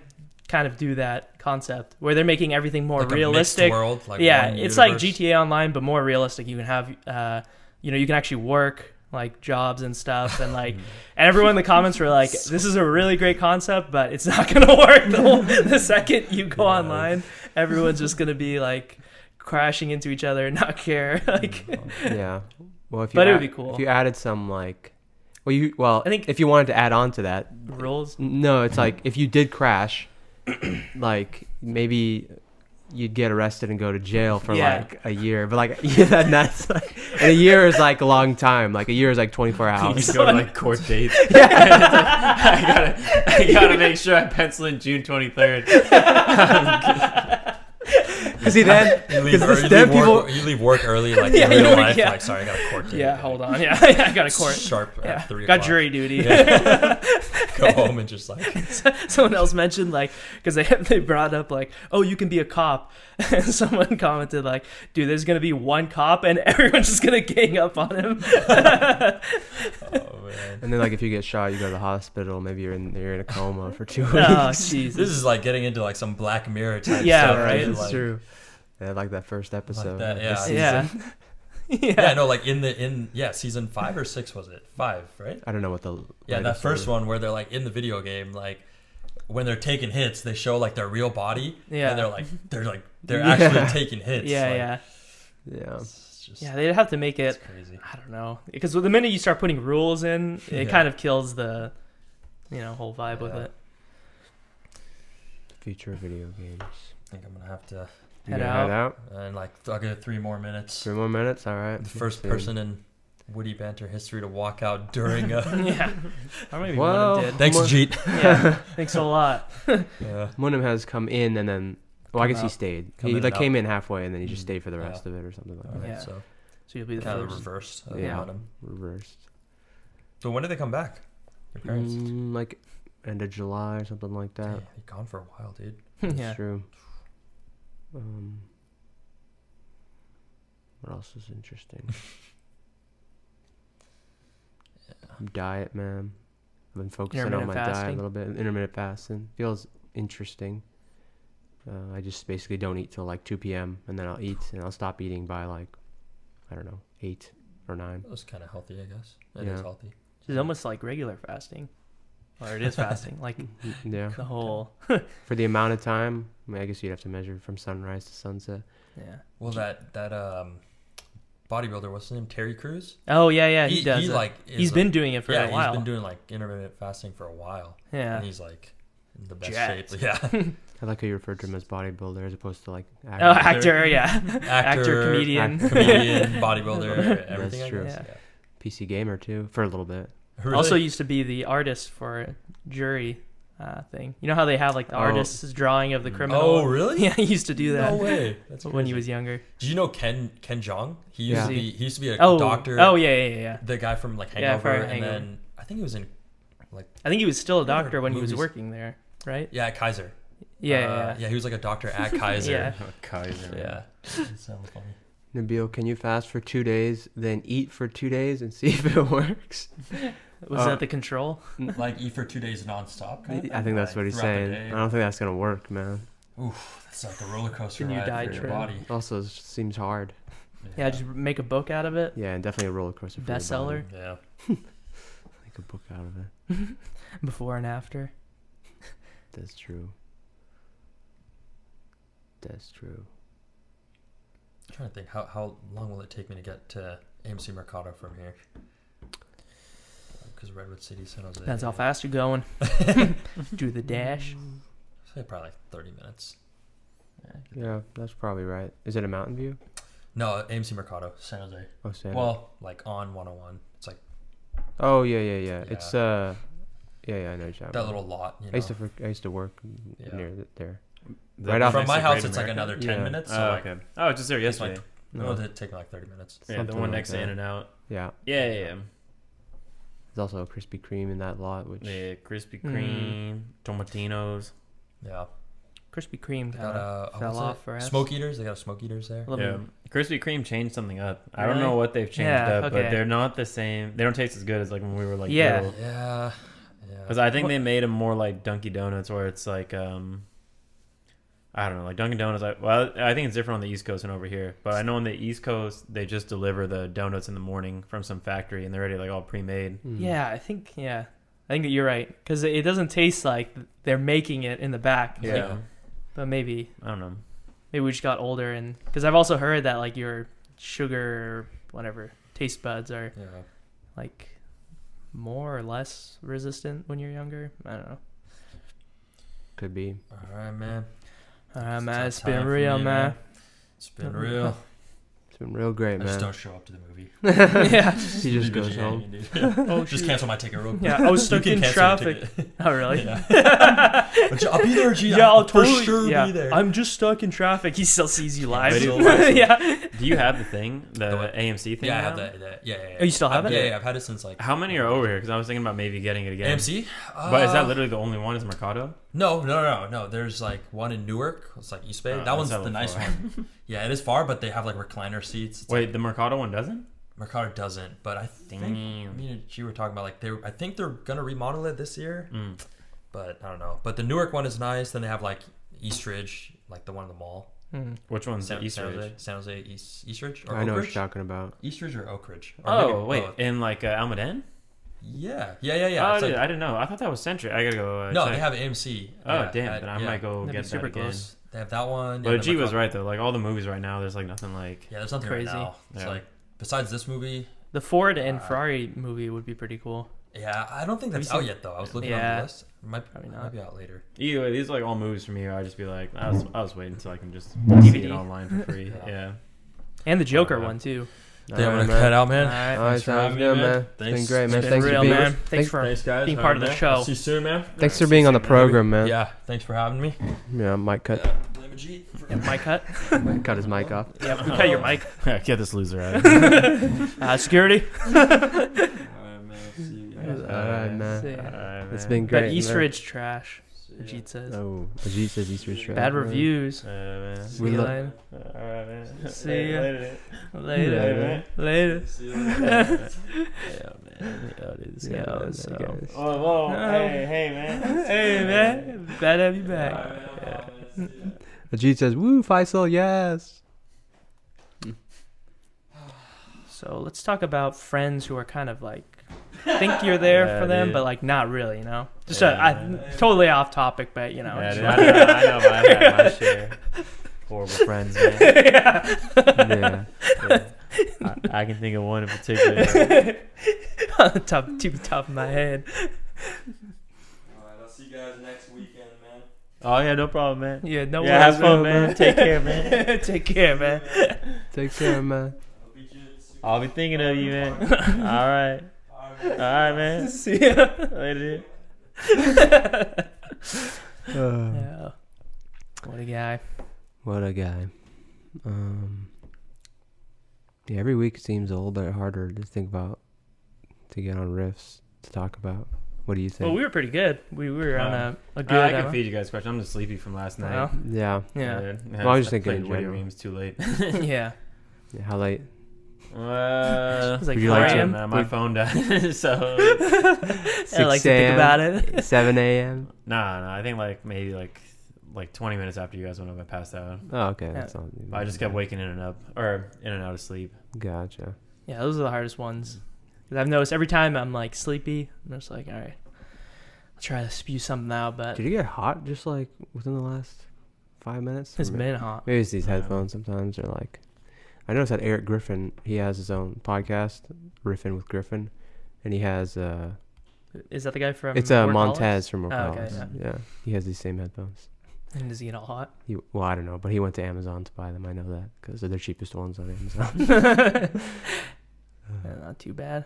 S2: kind of do that concept where they're making everything more
S3: like A
S2: realistic.
S3: mixed world, like
S2: yeah,
S3: one
S2: it's like
S3: universe?
S2: GTA Online but more realistic. You can have uh, you know, you can actually work like jobs and stuff and like and everyone in the comments were like this is a really great concept but it's not going to work the, whole, the second you go
S3: Yeah.
S2: online everyone's just going to be like crashing into each other and not care like
S3: Mm.
S1: yeah. Well, if you
S2: But it
S1: add-
S2: would be cool.
S1: if you added some like, well, you well,
S2: I think-
S1: if you wanted to add on to that,
S2: rules
S1: no, it's like if you did crash, like maybe you'd get arrested and go to jail for
S2: Yeah.
S1: like a year. But like, yeah, that's like, and a year is like a long time. Like a year is like 24
S4: You
S1: hours.
S4: go to like court dates. I gotta, I gotta make sure I pencil in June 23rd.
S1: Because see, then
S3: You leave,
S1: 'Cause
S3: early, you,
S1: then
S3: leave
S1: people-
S3: work, you leave work early, like
S2: Yeah,
S3: in real
S2: you-
S3: life.
S2: yeah.
S3: Like, sorry, I got a court date.
S2: yeah hold on yeah i got a court
S3: Sharp
S2: Yeah.
S3: at three.
S2: got
S3: o'clock.
S2: jury duty.
S3: Yeah. Go home and just like
S2: Someone else mentioned like because they they brought up like oh you can be a cop. And someone commented like dude there's gonna be one cop and everyone's just gonna gang up on him.
S3: oh man.
S1: and then like if you get shot, you go to the hospital. Maybe you're in you're in a coma for two weeks.
S2: oh Jesus.
S3: This is like getting into like some Black Mirror type
S2: Yeah,
S3: stuff.
S2: right,
S3: dude,
S1: It's
S3: like,
S1: true. Yeah, like that first episode.
S3: that,
S1: of
S3: yeah.
S1: this season.
S2: yeah. yeah.
S3: Yeah, no, like in the in yeah, season five or six was it? Five, right?
S1: I don't know what the
S3: Yeah, that first one where they're like in the video game, like when they're taking hits, they show like their real body.
S2: Yeah.
S3: And they're like they're like they're
S1: Yeah.
S3: actually taking hits.
S2: yeah,
S3: like,
S2: yeah.
S1: Yeah.
S3: It's just
S2: Yeah, they'd have to make
S3: it's
S2: it
S3: crazy.
S2: I don't know. Because the minute you start putting rules in, it
S3: Yeah.
S2: kind of kills the you know, whole vibe with
S3: Yeah.
S2: it.
S1: Future video games.
S3: I think I'm gonna have to
S1: You
S2: Head
S1: gonna
S2: out.
S1: Head out.
S3: and like I'll give it three more minutes.
S1: Three more minutes. All right.
S3: The first
S1: Soon.
S3: person in Woody Banter history to walk out during a
S2: yeah. Or maybe
S1: Well-
S2: one of them
S3: Thanks,
S1: More-
S3: Jeet.
S2: did. Yeah. Thanks a lot.
S3: Yeah.
S1: Munim has come in and then. Well, I
S2: Come
S1: guess he
S2: out.
S1: stayed.
S3: Come in
S1: he
S3: and
S1: like
S3: out.
S1: came in halfway and then he just
S3: Mhm.
S1: stayed for the
S3: Yeah.
S1: rest of it or something like
S3: All
S1: that.
S3: right,
S2: Yeah.
S3: so
S2: So you'll be the
S3: kind of
S2: first.
S3: the reverse. Of
S1: Yeah.
S3: yeah. Autumn.
S1: Reversed.
S3: So when did they come back? Your parents.
S1: Mm, like end of July or something like
S3: Damn,
S1: that.
S3: you're gone for a while, dude.
S1: That's
S2: yeah.
S1: true. Um, what else is interesting? Diet, man. I've been focusing on my
S2: Intermittent
S1: diet a
S2: fasting?
S1: little bit. Intermittent fasting feels interesting. Uh, I just basically don't eat till like 2 p.m. and then I'll eat and I'll stop eating by like, I don't know, 8 or 9.
S3: It was kind of healthy, I guess. It is
S1: Yeah.
S3: healthy.
S2: It's almost like regular fasting, or it is fasting. Like
S1: Mm-hmm. Yeah.
S2: the whole,
S1: For the amount of time, I, mean, I guess you'd have to measure from sunrise to sunset.
S2: yeah.
S3: Well, that that um, bodybuilder, what's his name? Terry Crews.
S2: Oh yeah, yeah. He, does. it.
S3: like is
S2: he's
S3: a-
S2: been doing it for
S3: yeah,
S2: a while.
S3: He's been doing like intermittent fasting for a while,
S2: yeah.
S3: and he's like in the best
S2: Jacked.
S3: shape. Yeah,
S1: I like how you referred to him as bodybuilder as opposed to like
S2: Oh,
S1: actor.
S2: actor. Yeah.
S3: actor,
S2: comedian.
S3: comedian, bodybuilder, everything.
S1: true.
S3: I guess. Yeah.
S1: PC gamer too for a little bit.
S3: Really?
S2: Also used to be the artist for jury uh, thing. You know how they have like the
S1: Oh.
S2: artist's drawing of the criminal.
S3: Oh, really?
S2: Yeah, he used to do that
S3: No way. That's
S2: when he
S3: crazy.
S2: was younger.
S3: Did you know Ken Ken Jong? He used
S1: Yeah.
S3: to be he used to be a
S2: Oh,
S3: doctor.
S2: Oh yeah, yeah, yeah, yeah.
S3: the guy from like
S2: Yeah,
S3: Hangover,
S2: for
S3: and
S2: Hangover.
S3: then I think he was in
S2: I think he was still a
S3: Remember
S2: doctor when he was
S3: movies-
S2: working there, right?
S3: yeah at Kaiser.
S2: Yeah,
S3: Uh,
S2: yeah, yeah.
S3: He was like a doctor at Kaiser.
S2: Yeah.
S4: Oh, Kaiser.
S3: yeah. That sounds funny.
S1: Nabil, can you fast for two days, then eat for two days and see if it works?
S2: Was
S1: Uh,
S2: that the control?
S3: Like eat for two days nonstop.
S1: I
S3: Kind of
S1: think that's what he's saying. I don't think that's gonna work, man.
S3: That's like a roller coaster
S2: Then you
S3: ride
S2: die
S3: for your
S2: trying.
S3: body.
S1: Also, it seems hard.
S2: Yeah, just make a book out of it.
S1: Yeah, and definitely a roller coaster. for your
S2: Bestseller?
S1: body.
S3: yeah.
S1: Make a book out of it.
S2: Before and after.
S1: That's true. That's true.
S3: I'm trying to think how how long will it take me to get to AMC Mercado from here? Because Redwood City, San Jose.
S2: Depends how fast you're going. Do the dash.
S3: Say probably like 30 minutes.
S1: Yeah, that's probably right. Is it a mountain view?
S3: No, AMC Mercado, San Jose.
S1: Oh, Santa.
S3: Well, like on 101. It's like
S1: oh yeah, yeah, yeah.
S3: Yeah.
S1: It's uh, Yeah, yeah, I know. Java.
S3: that little lot. You know?
S1: I used to fr- I used to work
S3: Yeah.
S1: near th- there.
S4: The-
S1: Right off-
S3: From
S4: next to
S3: my
S4: Great
S3: house, it's like
S4: American?
S3: another ten
S1: Yeah.
S3: minutes. So
S4: Oh,
S3: like,
S4: okay. Oh, I was just there
S3: it's
S4: yesterday.
S3: no, it'd take me like thirty minutes.
S4: yeah, the
S1: something
S4: one
S1: like
S4: next to
S1: that.
S4: In and Out.
S1: Yeah,
S4: Yeah, yeah,
S1: there's also a Krispy Kreme in that lot, which
S4: yeah.
S1: yeah,
S4: The Krispy
S2: Mm.
S4: Kreme, Tomatinos.
S3: Yeah,
S2: Krispy Kreme
S3: they
S2: kind
S3: got
S2: of
S3: uh, oh,
S2: fell
S3: what's
S2: off
S3: it?
S2: for us.
S3: smoke eaters. They got smoke eaters there.
S2: A little
S4: Yeah.
S2: bit.
S4: Krispy Kreme changed something up. I don't
S2: Really?
S4: know what they've changed
S2: Yeah,
S4: up,
S2: okay.
S4: but they're not the same. They don't taste as good as like when we were like
S2: Yeah.
S4: little.
S3: Yeah, yeah.
S4: Because I think they made them more like Dunkin' Donuts, where it's like, um, I don't know, like Dunkin' Donuts. I, well, I think it's different on the East Coast and over here. But I know on the East Coast, they just deliver the donuts in the morning from some factory, and they're already like all pre-made.
S1: hmm,
S2: Yeah, I think yeah, I think that you're right because it it doesn't taste like they're making it in the back.
S3: Yeah.
S2: Like, but maybe
S4: I don't know.
S2: maybe we just got older and because I've also heard that like your sugar whatever taste buds are
S3: yeah.
S2: like more or less resistant when you're younger. I don't know.
S1: could be.
S3: All right, man.
S2: Uh,
S3: It's
S2: man,
S3: tough
S2: it's been
S3: time for
S2: real,
S3: me,
S2: man.
S3: It's been real.
S1: It's been real great,
S3: I
S1: man.
S3: just don't show up to the movie.
S2: yeah.
S1: He just
S3: Leave
S1: goes
S3: it
S1: home.
S3: hanging, dude.
S2: Oh,
S3: just
S2: shoot.
S3: cancel my ticket real quick.
S2: Yeah, I was
S3: You
S2: stuck
S3: can
S2: in
S3: cancel your
S2: traffic.
S3: ticket.
S2: Oh, really?
S3: Yeah.
S2: Yeah,
S3: But I'll be there, G.
S2: I'll
S3: for
S2: totally.
S3: sure
S2: yeah,
S3: be there.
S2: I'm just stuck in traffic. He still sees you live.
S4: Video
S2: yeah.
S4: Do you have the thing, the
S3: The what?
S4: AMC thing?
S3: yeah, I have
S4: now?
S3: that. that- yeah, yeah, yeah.
S2: Oh, you still have
S3: I've-
S2: it?
S3: Yeah, yeah, I've had it since like.
S4: How many are over here? Because I was thinking about maybe getting it again.
S3: AMC? Uh,
S4: But is that literally the only one? Is Mercado?
S3: No, no, no, no. There's like one in Newark. It's like East Bay.
S4: Oh,
S3: that one's
S4: that's
S3: the
S4: not
S3: nice
S4: far.
S3: one. Yeah, it is far, but they have like recliner seats. It's
S4: Wait, the Mercado one doesn't?
S3: Mercado doesn't, but I think
S4: Damn.
S3: me and G were talking about like they. I think they're gonna remodel it this year,
S4: Mm.
S3: but I don't know. But the Newark one is nice. Then they have like East Ridge, like the one in the mall.
S2: Hmm.
S4: Which one's
S3: San,
S4: the East
S3: San
S4: Ridge?
S3: Jose, San Jose East East Ridge or
S1: I know what
S3: Oak
S1: you're
S3: Ridge?
S1: talking about.
S3: East Ridge or Oak Ridge? Or
S4: Oh,
S3: maybe
S4: wait,
S3: both.
S4: in like uh, Almaden?
S3: Yeah, yeah, yeah, yeah.
S4: oh,
S3: It's
S4: dude,
S3: like-
S4: I didn't know. I thought that was Century. I gotta go. Uh,
S3: no,
S4: check.
S3: they have AMC.
S4: Oh
S3: yeah,
S4: damn!
S3: at-
S4: then I
S3: yeah.
S4: might go
S2: That'd be
S4: get that
S2: super
S4: again.
S2: close.
S3: They have that one.
S4: But
S3: and
S4: G
S3: then
S4: was
S3: Mercado-
S4: right though. Like all the movies right now, there's like nothing like.
S3: Yeah, there's nothing
S2: Crazy.
S3: right now. It's
S4: Yeah.
S3: like besides this movie.
S2: The Ford and
S3: Uh,
S2: Ferrari movie would be pretty cool.
S3: Yeah, I don't think
S2: Have
S3: that's
S2: you
S3: out
S2: seen-
S3: yet though. I was looking on
S2: Yeah.
S3: the list. It might,
S2: Probably
S3: it
S2: not.
S3: might be out later.
S4: Either way, these are like all movies for me. Where I just be like, I was, I was waiting until I can just see it
S2: DVD.
S4: online for free.
S3: Yeah.
S4: yeah.
S2: And the Joker
S4: Uh,
S2: one too.
S1: All right, Oh, man.
S2: All right.
S3: out,
S1: All right,
S3: Thanks for
S1: sounds
S3: having me,
S1: good,
S3: man.
S1: man. It's been
S3: Thanks.
S1: great,
S2: It's
S1: man.
S2: been
S1: Thanks for
S2: real,
S1: being
S2: man.
S1: with-
S2: Thanks for
S4: guys.
S2: being part of the show.
S4: you soon, man.
S1: Thanks for being on the program, man.
S3: Yeah, thanks for having me.
S1: Yeah, Mike cut
S3: Blame a G for-
S2: Yeah, mic cut.
S1: cut his mic off.
S2: Yeah, we cut your mic.
S4: Get this loser out. of here.
S2: Uh, security.
S3: Alright, man. See you
S1: All
S3: guys.
S1: right, man.
S2: See.
S4: Alright,
S1: It's
S4: man.
S1: been
S2: But
S1: great.
S2: East
S1: man.
S2: Ridge trash.
S3: See ya.
S2: Ajit says.
S1: Oh, Ajit says East Ridge. right?
S2: Bad
S1: Yeah.
S2: reviews.
S4: Uh, man.
S2: See
S1: We
S2: you
S1: lo-
S2: later.
S4: All right, man.
S2: See ya.
S4: Later.
S2: Later.
S4: man.
S2: Later.
S3: See you later.
S4: Yeah, man. Yeah, it is.
S1: Yeah,
S2: Yeah,
S1: man, I
S2: so-
S1: guess.
S4: Whoa, whoa.
S2: No.
S4: Hey, hey, man.
S2: Hey man, glad to have you back.
S3: Alright, man. See ya.
S1: Ajit says, "Woo, Faisal, yes."
S2: So let's talk about friends who are kind of like think you're there
S4: Yeah,
S2: for them,
S4: dude.
S2: but like not really. You know, just
S4: Yeah,
S2: a, I,
S4: man.
S2: totally off topic, but you know.
S4: Yeah,
S2: just-
S4: dude, I know, I know, but I've had my share. Horrible friends, man.
S2: yeah.
S1: yeah.
S4: Yeah. I, I can think of one in particular.
S2: On the top, to the top of my head.
S3: Alright, I'll see you guys next weekend, man.
S4: Oh yeah, no problem, man.
S2: Yeah, no
S4: yeah, have
S2: worries,
S4: fun, man. Take care, man.
S2: man. Take care, man.
S1: Take care, man.
S3: I'll be just-
S4: I'll be thinking of you, man. All right,
S3: Alright,
S4: all
S3: man.
S4: right, man.
S2: See ya.
S4: Later.
S1: Uh,
S2: Yeah. What a guy.
S1: what a guy. Um. Yeah, every week seems a little bit harder to think about, to get on riffs to talk about. What do you think?
S2: Well, we were pretty good. We were on
S4: Uh,
S2: a, a good.
S4: Uh, I can
S2: uh,
S4: feed you guys a question. I'm just sleepy from last night.
S2: well,
S1: yeah.
S2: yeah.
S4: Dude.
S1: Well, I was just thinking in
S4: played video
S1: general.
S4: games too late.
S2: yeah.
S1: Yeah, How late?
S4: Uh,
S2: It's like
S1: Would you
S2: 4
S1: like to-
S2: a.m.
S4: man, my
S1: Would-
S4: phone died. so
S2: I like to think about it.
S1: Seven a.m.
S4: nah, nah. I think like maybe like like 20 minutes after you guys went up, I passed out.
S1: Oh, okay. That's not.
S4: But I just kept waking in and up or in and out of sleep.
S1: Gotcha.
S2: Yeah, those are the hardest ones.
S1: Mm.
S2: 'Cause I've noticed every time I'm like sleepy, I'm just like, all right, I'll try to spew something out, but
S1: Did it get hot just like within the last five minutes?
S2: it's
S1: Or ma-
S2: been hot.
S1: Maybe it's these
S4: Yeah.
S1: headphones sometimes. They're like, I noticed that Eric Griffin, he has his own podcast, Riffin with Griffin, and he has uh,
S2: Is that the guy from?
S1: it's uh, a
S2: Workaholics?
S1: Montez from
S2: Oh, okay,
S1: Workaholics. yeah. he has these same headphones.
S2: And does he get all hot?
S1: He, well, I don't know, but he went to Amazon to buy them. I know that because they're the cheapest ones on Amazon.
S2: Yeah, Not too bad.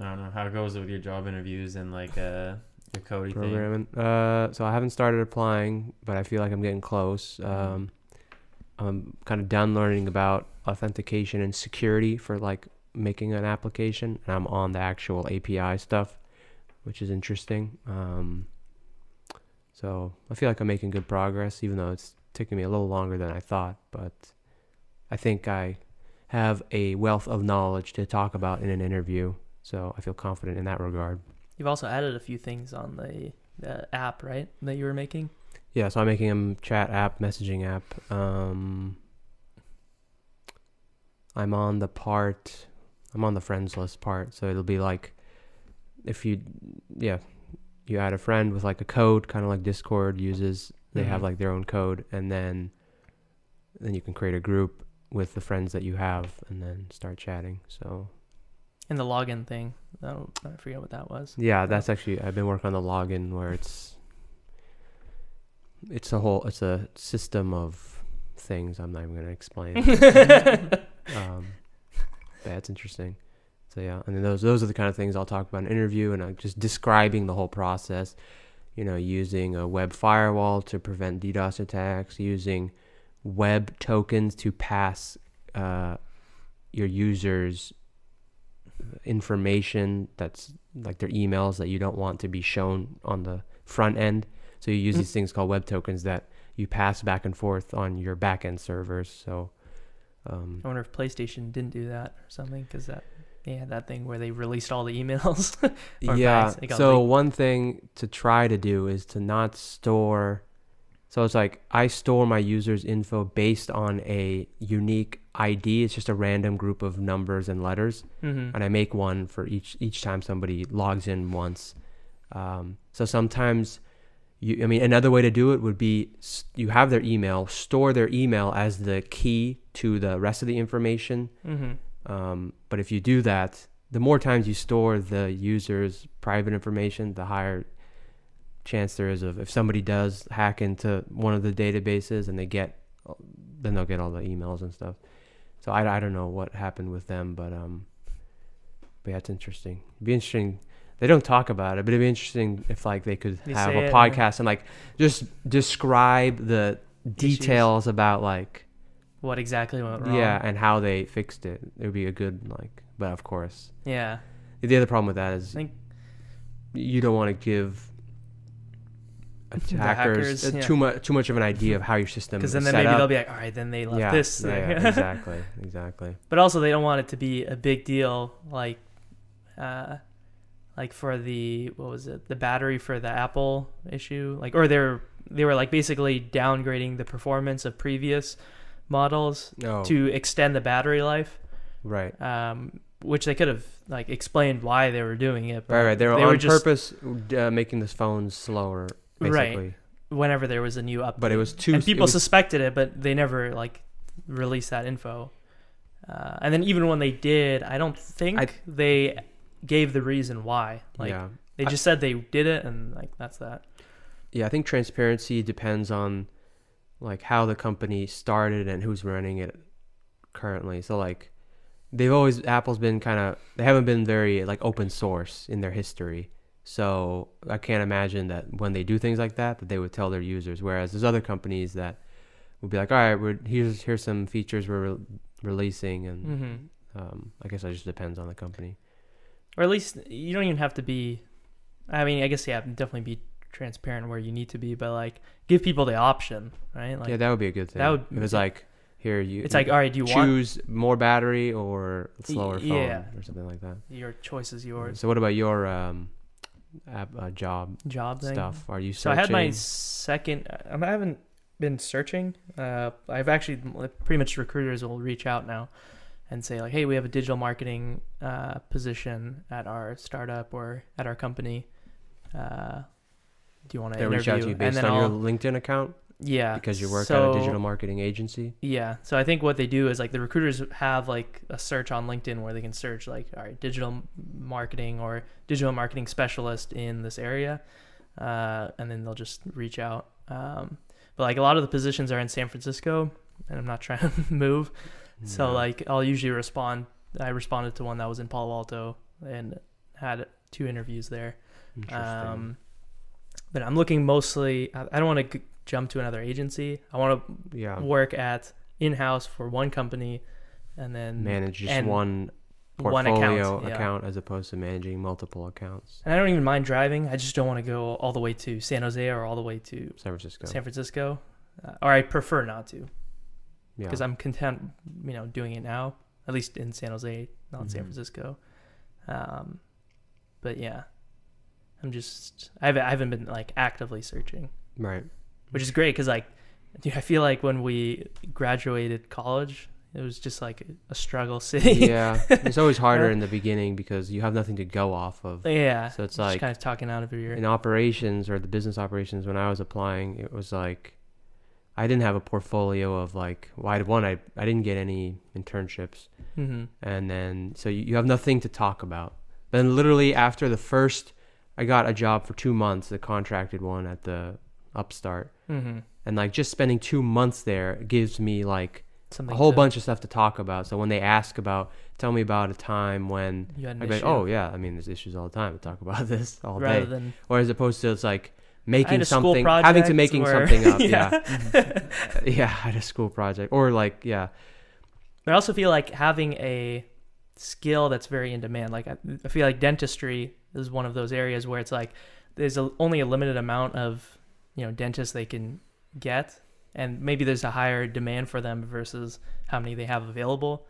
S4: I don't know how it goes with your job interviews and like uh, your Cody thing.
S1: programming. Uh, so I haven't started applying, but I feel like I'm getting close. Um, I'm kind of done learning about authentication and security for like making an application, and I'm on the actual API stuff, which is interesting. Um, so I feel like I'm making good progress, even though it's taking me a little longer than I thought. But I think I have a wealth of knowledge to talk about in an interview, so I feel confident in that regard.
S2: You've also added a few things on the uh, app, right? That you were making.
S1: Yeah, so I'm making a chat app, messaging app. Um, I'm on the part, I'm on the friends list part. So it'll be like if you, yeah, you add a friend with like a code, kind of like Discord uses. They have
S2: Mhm.
S1: like their own code, and then then you can create a group with the friends that you have, and then start chatting. So
S2: And the login thing. I, don't, I forget what that was.
S1: yeah, that's actually I've been working on the login where it's it's a whole it's a system of things. I'm not even gonna explain. um, but that's interesting. So yeah, and then those those are the kind of things I'll talk about in an interview and uh, just describing the whole process. You know, using a web firewall to prevent DDoS attacks, using web tokens to pass uh, your users information that's like their emails that you don't want to be shown on the front end. So you use
S2: Mm.
S1: these things called web tokens that you pass back and forth on your back end servers. So um,
S2: I wonder if PlayStation didn't do that or something because that they had that thing where they released all the emails. or
S1: yeah.
S2: bags. They got
S1: So
S2: leaked.
S1: one thing to try to do is to not store. So it's like I store my users' info based on a unique ID. It's just a random group of numbers and letters,
S2: mm-hmm.
S1: and I make one for each each time somebody logs in once. Um, so sometimes, you. I mean, another way to do it would be s- you have their email, store their email as the key to the rest of the information,
S2: Mm-hmm.
S1: um, but if you do that, the more times you store the user's private information, the higher chance there is of if somebody does hack into one of the databases and they get, then they'll get all the emails and stuff. So I, I don't know what happened with them, but um, but yeah, it's interesting. It'd be interesting. They don't talk about it, but it'd be interesting if like they could
S2: They
S1: have
S2: say it,
S1: a
S2: yeah.
S1: podcast and like just describe the
S2: Issues.
S1: details about like
S2: What exactly went wrong?
S1: yeah, and how they fixed it. It would be a good like, but of course,
S2: Yeah.
S1: the other problem with that is
S2: think-
S1: you don't want to give attackers
S2: hackers,
S1: uh,
S2: yeah.
S1: too much too much of an idea of how your system is
S2: Because then, then
S1: set
S2: maybe
S1: up.
S2: they'll be like, all right, then they left
S1: yeah,
S2: this.
S1: yeah,
S2: thing."
S1: yeah, exactly, exactly.
S2: but also, they don't want it to be a big deal, like, uh, like for the what was it? The battery for the Apple issue, like, or they're they were like basically downgrading the performance of previous models
S1: No,
S2: to extend the battery life,
S1: Oh, right,
S2: um, which they could have like explained why they were doing it.
S1: right, right. They were
S2: they
S1: on
S2: were just-
S1: purpose uh, making this phone slower,
S2: Right.
S1: basically.
S2: whenever there was a new update.
S1: But it was too.
S2: and
S1: it
S2: people
S1: was-
S2: suspected it, but they never like released that info. Uh, and then even when they did, I don't think
S1: I-
S2: they gave the reason why. Like
S1: yeah,
S2: they just said they did it, and like that's that.
S1: yeah. I think transparency depends on like how the company started and who's running it currently. So like they've always Apple's been kind of they haven't been very like open source in their history. So I can't imagine that when they do things like that that they would tell their users whereas there's other companies that would be like, "All right, we're here's here's some features we're re- releasing and
S2: hmm
S1: um, I guess that just depends on the company."
S2: Or at least you don't even have to be. I mean, I guess yeah, definitely be transparent where you need to be, but like give people the option, right? Like
S1: yeah, that would be a good thing.
S2: that would-
S1: if it's like here you
S2: it's like all right, do you want
S1: choose more battery or slower phone
S2: yeah.
S1: or something like that.
S2: your choice is yours
S1: So what about your um, app, uh, job
S2: job thing?
S1: stuff? Are you
S2: So I
S1: searching?
S2: had my second. I I haven't been searching. Uh, I've actually pretty much recruiters will reach out now and say like, "Hey, we have a digital marketing uh, position at our startup or at our company. Uh, do you want to
S1: They
S2: interview?"
S1: reach out to you
S2: and
S1: based
S2: then
S1: on
S2: I'll,
S1: your LinkedIn account
S2: yeah
S1: because you work at
S2: so-
S1: a digital marketing agency.
S2: Yeah, so I think what they do is like the recruiters have like a search on LinkedIn where they can search like all right, digital m- marketing or digital marketing specialist in this area, uh, and then they'll just reach out. Um, but like a lot of the positions are in San Francisco, and I'm not trying to move, so
S1: Yeah.
S2: like I'll usually respond. I responded to one that was in Palo Alto, and had two interviews there.
S1: Interesting.
S2: Um, but I'm looking mostly. I I don't want to g- jump to another agency. I want to
S1: yeah.
S2: work at in house for one company, and then
S1: Manage just
S2: and
S1: one
S2: one
S1: portfolio
S2: account,
S1: account,
S2: yeah.
S1: as opposed to managing multiple accounts.
S2: And I don't even mind driving. I just don't want to go all the way to San Jose or all the way to
S1: San Francisco.
S2: San Francisco, uh, or I prefer not to
S1: yeah.
S2: because I'm content, you know, doing it now. At least in San Jose, not San
S3: Mhm.
S1: Mm-hmm.
S2: Francisco. Um, but yeah, I'm just I haven't, I haven't been like actively searching,
S1: right.
S2: which
S1: Mm-hmm.
S2: is great because like dude, I feel like when we graduated college, it was just like a struggle city.
S1: yeah. It's always harder in the beginning because you have nothing to go off of.
S2: yeah.
S1: So it's
S2: just
S1: like-
S2: kind of talking out of your ear.
S1: in operations or the business operations when I was applying, it was like I didn't have a portfolio of like well, I one I I didn't get any internships,
S2: hmm
S1: and then so you, you have nothing to talk about. Then literally after the first, I got a job for two months, the contracted one at the Upstart,
S2: hmm
S1: and like just spending two months there gives me like
S2: Something
S1: a whole
S2: to-
S1: bunch of stuff to talk about. So when they ask about, tell me about a time when.
S2: You had an
S1: I'd be like,
S2: issue.
S1: oh yeah, I mean, there's issues all the time. We talk about this all day
S2: rather than
S1: or as opposed to it's like
S2: I had
S1: making
S2: a school
S1: something having to
S2: project
S1: making
S2: where-
S1: something up yeah yeah, at a school project or like yeah
S2: But I also feel like having a skill that's very in demand. Like I, I feel like dentistry is one of those areas where it's like there's a, only a limited amount of you know dentists they can get, and maybe there's a higher demand for them versus how many they have available.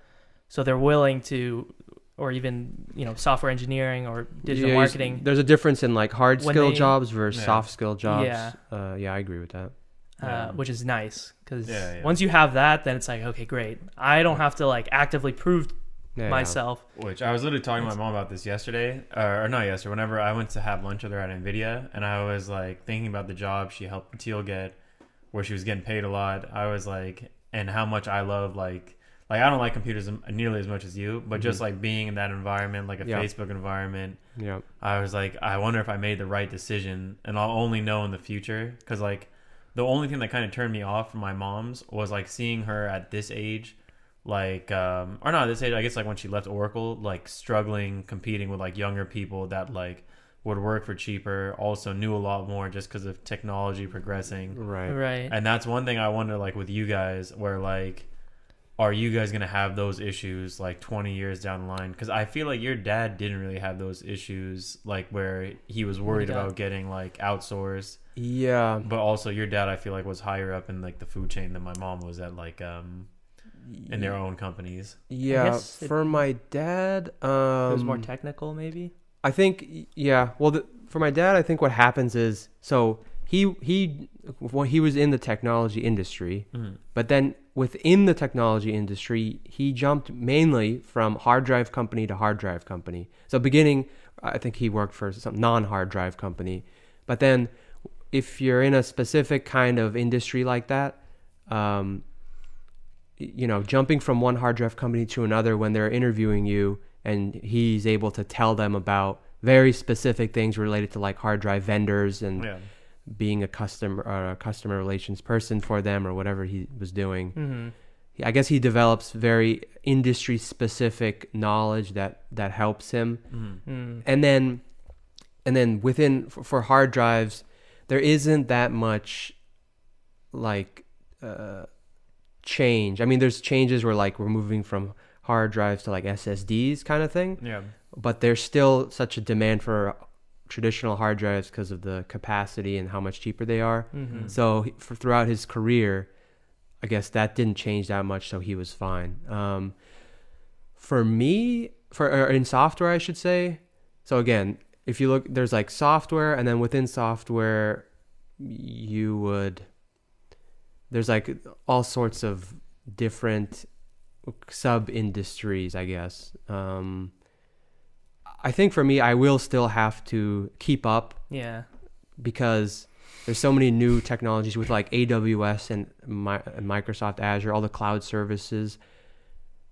S2: So they're willing to, or even you know software engineering or digital
S1: Yeah, you s-
S2: marketing.
S1: there's a difference in like hard
S2: When
S1: skill
S2: they-
S1: jobs versus
S4: Yeah.
S1: soft skill jobs
S2: Yeah.
S1: uh, yeah i agree with that
S2: uh, which is nice because
S4: Yeah, yeah.
S2: once you have that, then it's like okay, great. I don't have to like actively prove
S1: Yeah, yeah.
S2: myself.
S4: Which I was literally talking to my mom about this yesterday, or, or not yesterday. Whenever I went to have lunch with her at Nvidia, and I was like thinking about the job she helped Teal get, where she was getting paid a lot. I was like, and how much I love like, like I don't like computers nearly as much as you, but just like being in that environment, like a
S1: Yeah.
S4: Facebook environment,
S1: yeah
S4: I was like, I wonder if I made the right decision, and I'll only know in the future. Because like, the only thing that kind of turned me off from my mom's was like seeing her at this age, like, um, or not this age. I guess like when she left Oracle, like struggling, competing with like younger people that like would work for cheaper, also knew a lot more just because of technology progressing.
S1: right
S2: Right.
S4: And that's one thing I wonder, like with you guys, where like, are you guys gonna have those issues like 20 years down the line? Because I feel like your dad didn't really have those issues, like where he was worried
S2: dad.
S4: about getting like outsourced.
S1: yeah
S4: But also, your dad, I feel like, was higher up in like the food chain than my mom was at, like um, in their own companies.
S1: yeah
S2: guess it-
S1: for my dad um
S2: it was more technical, maybe.
S1: I think y- yeah. Well, the, for my dad, I think what happens is so he he well, he was in the technology industry, but then within the technology industry, he jumped mainly from hard drive company to hard drive company. So beginning, I think he worked for some non-hard drive company, but then if you're in a specific kind of industry like that, um, y- you know, jumping from one hard drive company to another when they're interviewing you and he's able to tell them about very specific things related to like hard drive vendors and
S4: Yeah,
S1: being a customer or a customer relations person for them or whatever he was doing.
S2: hmm
S1: I guess he develops very industry specific knowledge that that helps him
S4: Mm-hmm.
S2: Mm.
S1: and then and then within for, for hard drives there isn't that much like uh change i mean there's changes where like we're moving from hard drives to like ssds kind of thing
S4: yeah,
S1: but there's still such a demand for traditional hard drives because of the capacity and how much cheaper they are
S2: hmm
S1: so he- for, throughout his career, I guess that didn't change that much, so he was fine. Um, for me, for or in software, I should say. So again, if you look, there's like software, and then within software, you would there's like all sorts of different sub industries, I guess. Um, I think for me, I will still have to keep up
S2: Yeah.
S1: because there's so many new technologies with like AWS and, Mi- and Microsoft Azure, all the cloud services.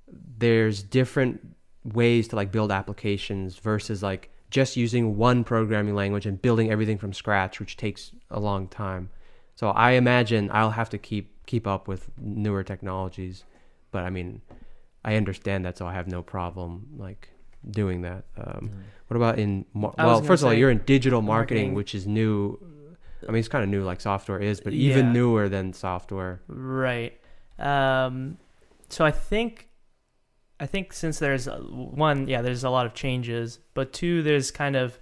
S1: There's different ways to like build applications versus like just using one programming language and building everything from scratch, which takes a long time. So I imagine I'll have to keep keep up with newer technologies, but I mean, I understand that, so I have no problem like doing that. Um,
S4: Mm.
S1: What about in mar-
S2: I was
S1: well?
S2: gonna
S1: First of all,
S2: say
S1: you're in digital marketing,
S2: marketing.
S1: which is new. I mean, it's kind of new, like software is, but even
S2: Yeah.
S1: newer than software.
S2: Right. Um, so I think, I think since there's uh, one, yeah, there's a lot of changes, but two, there's kind of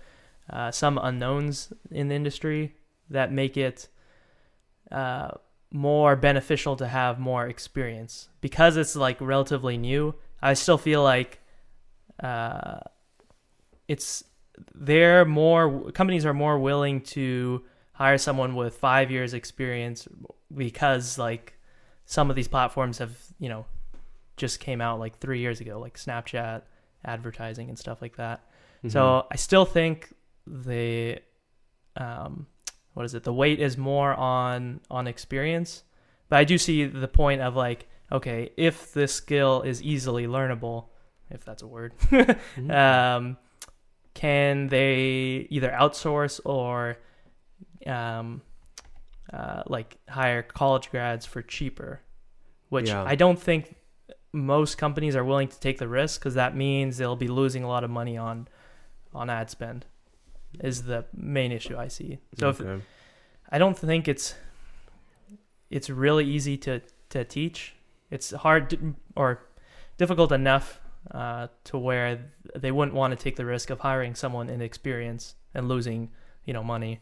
S2: uh, some unknowns in the industry that make it uh, more beneficial to have more experience because it's like relatively new. I still feel like uh, it's they're more companies are more willing to hire someone with five years experience because like some of these platforms have you know just came out like three years ago like snapchat advertising and stuff like that so i still think the um what is it the weight is more on on experience but i do see the point of like okay if this skill is easily learnable if that's a word
S1: Mhm.
S2: um, can they either outsource or um, uh, like hire college grads for cheaper which
S1: Yeah.
S2: i don't think most companies are willing to take the risk because that means they'll be losing a lot of money on on ad spend is the main issue i see so if,
S1: Mm-hmm.
S2: Mm.
S1: Okay.
S2: I don't think it's it's really easy to to teach. It's hard to, or difficult enough uh, to where they wouldn't want to take the risk of hiring someone inexperienced and losing you know money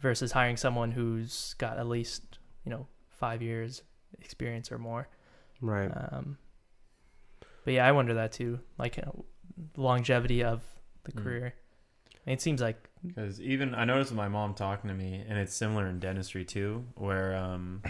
S2: versus hiring someone who's got at least you know five years experience or more.
S1: right,
S2: Um, but yeah, I wonder that too, like uh, longevity of the
S4: Mm.
S2: career. And It seems like
S4: Because even I noticed my mom talking to me, and it's similar in dentistry too, where um,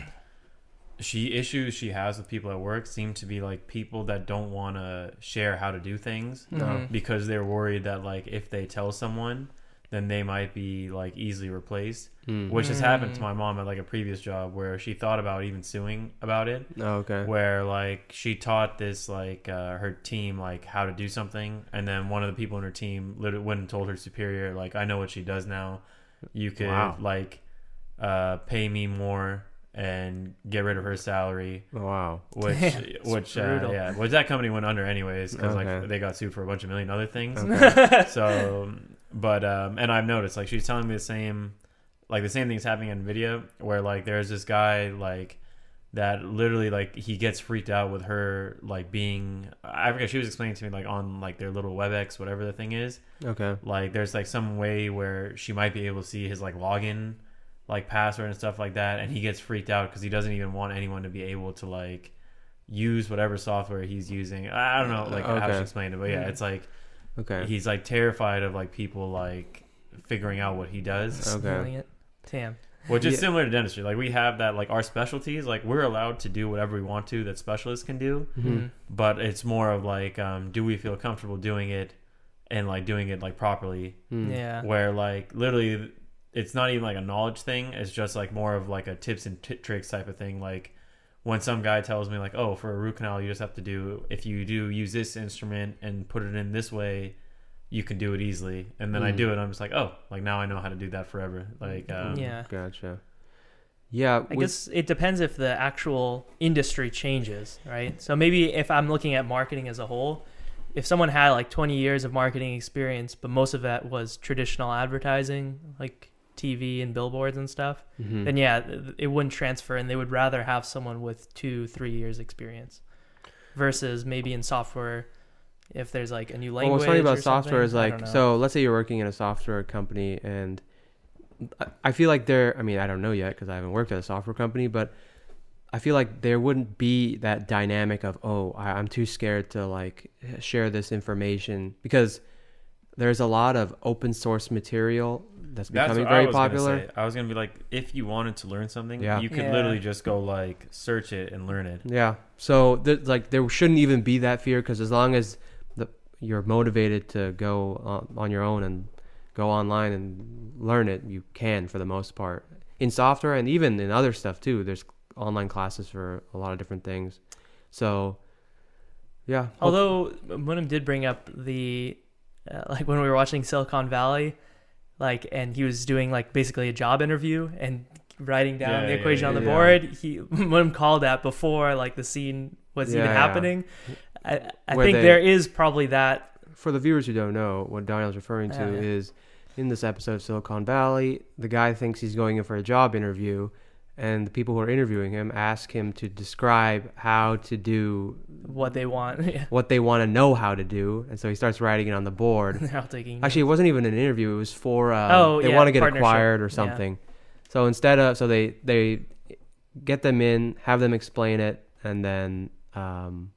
S4: she issues she has with people at work seem to be like people that don't want to share how to do things
S1: No.
S2: Mhm.
S4: because they're worried that like if they tell someone, then they might be like easily replaced,
S1: Mm.
S4: which has
S2: Mm.
S4: happened to my mom at like a previous job where she thought about even suing about it,
S1: oh, okay,
S4: where like she taught this like uh, her team like how to do something and then one of the people in her team literally went and told her superior like i know what she does now you could
S1: Wow.
S4: like uh, pay me more and get rid of her salary
S1: Oh, wow,
S4: which
S2: Damn,
S4: which uh,
S2: brutal.
S4: yeah which that company went under anyways because
S1: Okay.
S4: like they got sued for a bunch of million other things
S1: okay.
S4: so but um and i've noticed like she's telling me the same like the same thing's happening in nvidia where like there's this guy like that literally like he gets freaked out with her like being i forget she was explaining to me like on like their little webex whatever the thing is
S1: okay,
S4: like there's like some way where she might be able to see his like login like password and stuff like that and he gets freaked out because he doesn't even want anyone to be able to like use whatever software he's using i I don't know like how
S1: Okay.
S4: she explained it but yeah
S2: Mhm.
S4: it's like
S1: okay.
S4: he's like terrified of like people like figuring out what he does
S1: Okay.
S2: stealing it. Damn.
S4: which is
S1: Yeah.
S4: similar to dentistry like we have that like our specialties like we're allowed to do whatever we want to that specialists can do
S1: Mhm.
S2: Mhm.
S4: but it's more of like um, do we feel comfortable doing it and like doing it like properly
S1: Mm.
S2: Yeah.
S4: where like literally it's not even like a knowledge thing it's just like more of like a tips and t- tricks type of thing like when some guy tells me like oh for a root canal you just have to do if you do use this instrument and put it in this way you can do it easily and then i
S1: Mm.
S4: do it i'm just like oh like now i know how to do that forever like um,
S2: Yeah.
S1: Gotcha. Yeah,
S2: uh, I
S1: with-
S2: guess it depends if the actual industry changes, right? So maybe if I'm looking at marketing as a whole, if someone had like 20 years of marketing experience, but most of that was traditional advertising, like TV and billboards and stuff,
S1: Mhm.
S2: then yeah, th- it wouldn't transfer and they would rather have someone with two, three years experience versus maybe in software if there's like a new
S1: Well,
S2: language.
S1: what's funny about
S2: or
S1: software is
S2: something. I don't
S1: like,
S2: know.
S1: so let's say you're working in a software company, and I- I feel like there. I mean, I don't know yet because I haven't worked at a software company, but I feel like there wouldn't be that dynamic of oh, I, I'm too scared to like share this information because there's a lot of open source material that's
S4: That's
S1: becoming
S4: what I
S1: very
S4: was gonna
S1: popular.
S4: say. I was gonna be like, if you wanted to learn something,
S1: Yeah.
S4: you could
S2: Yeah.
S4: literally just go like search it and learn it.
S1: Yeah. So th- like there shouldn't even be that fear because as long as the, you're motivated to go on, on your own and go online and learn it, you can for the most part in software and even in other stuff too. There's online classes for a lot of different things. So yeah.
S2: Although Munim did bring up the uh, like when we were watching Silicon Valley, like and he was doing like basically a job interview and writing down
S4: Yeah,
S2: the
S4: yeah,
S2: equation
S4: yeah,
S2: on the
S1: yeah.
S2: board. He Munim called that before like the scene was
S1: Yeah,
S2: even
S1: yeah.
S2: happening. I, I
S1: Where
S2: think
S1: they-
S2: there is probably that
S1: for the viewers who don't know, what Daniel's referring to
S2: Yeah, yeah.
S1: is in this episode of Silicon Valley, the guy thinks he's going in for a job interview, and the people who are interviewing him ask him to describe how to do
S2: what they want. yeah.
S1: what they want to know how to do, and so he starts writing it on the board.
S2: They're all taking.
S1: Actually, it wasn't even an interview; it was for um,
S2: Oh,
S1: they
S2: yeah,
S1: want to get
S2: partnership.
S1: acquired or
S2: Yeah.
S1: something. So instead of so they they get them in, have them explain it, and then um,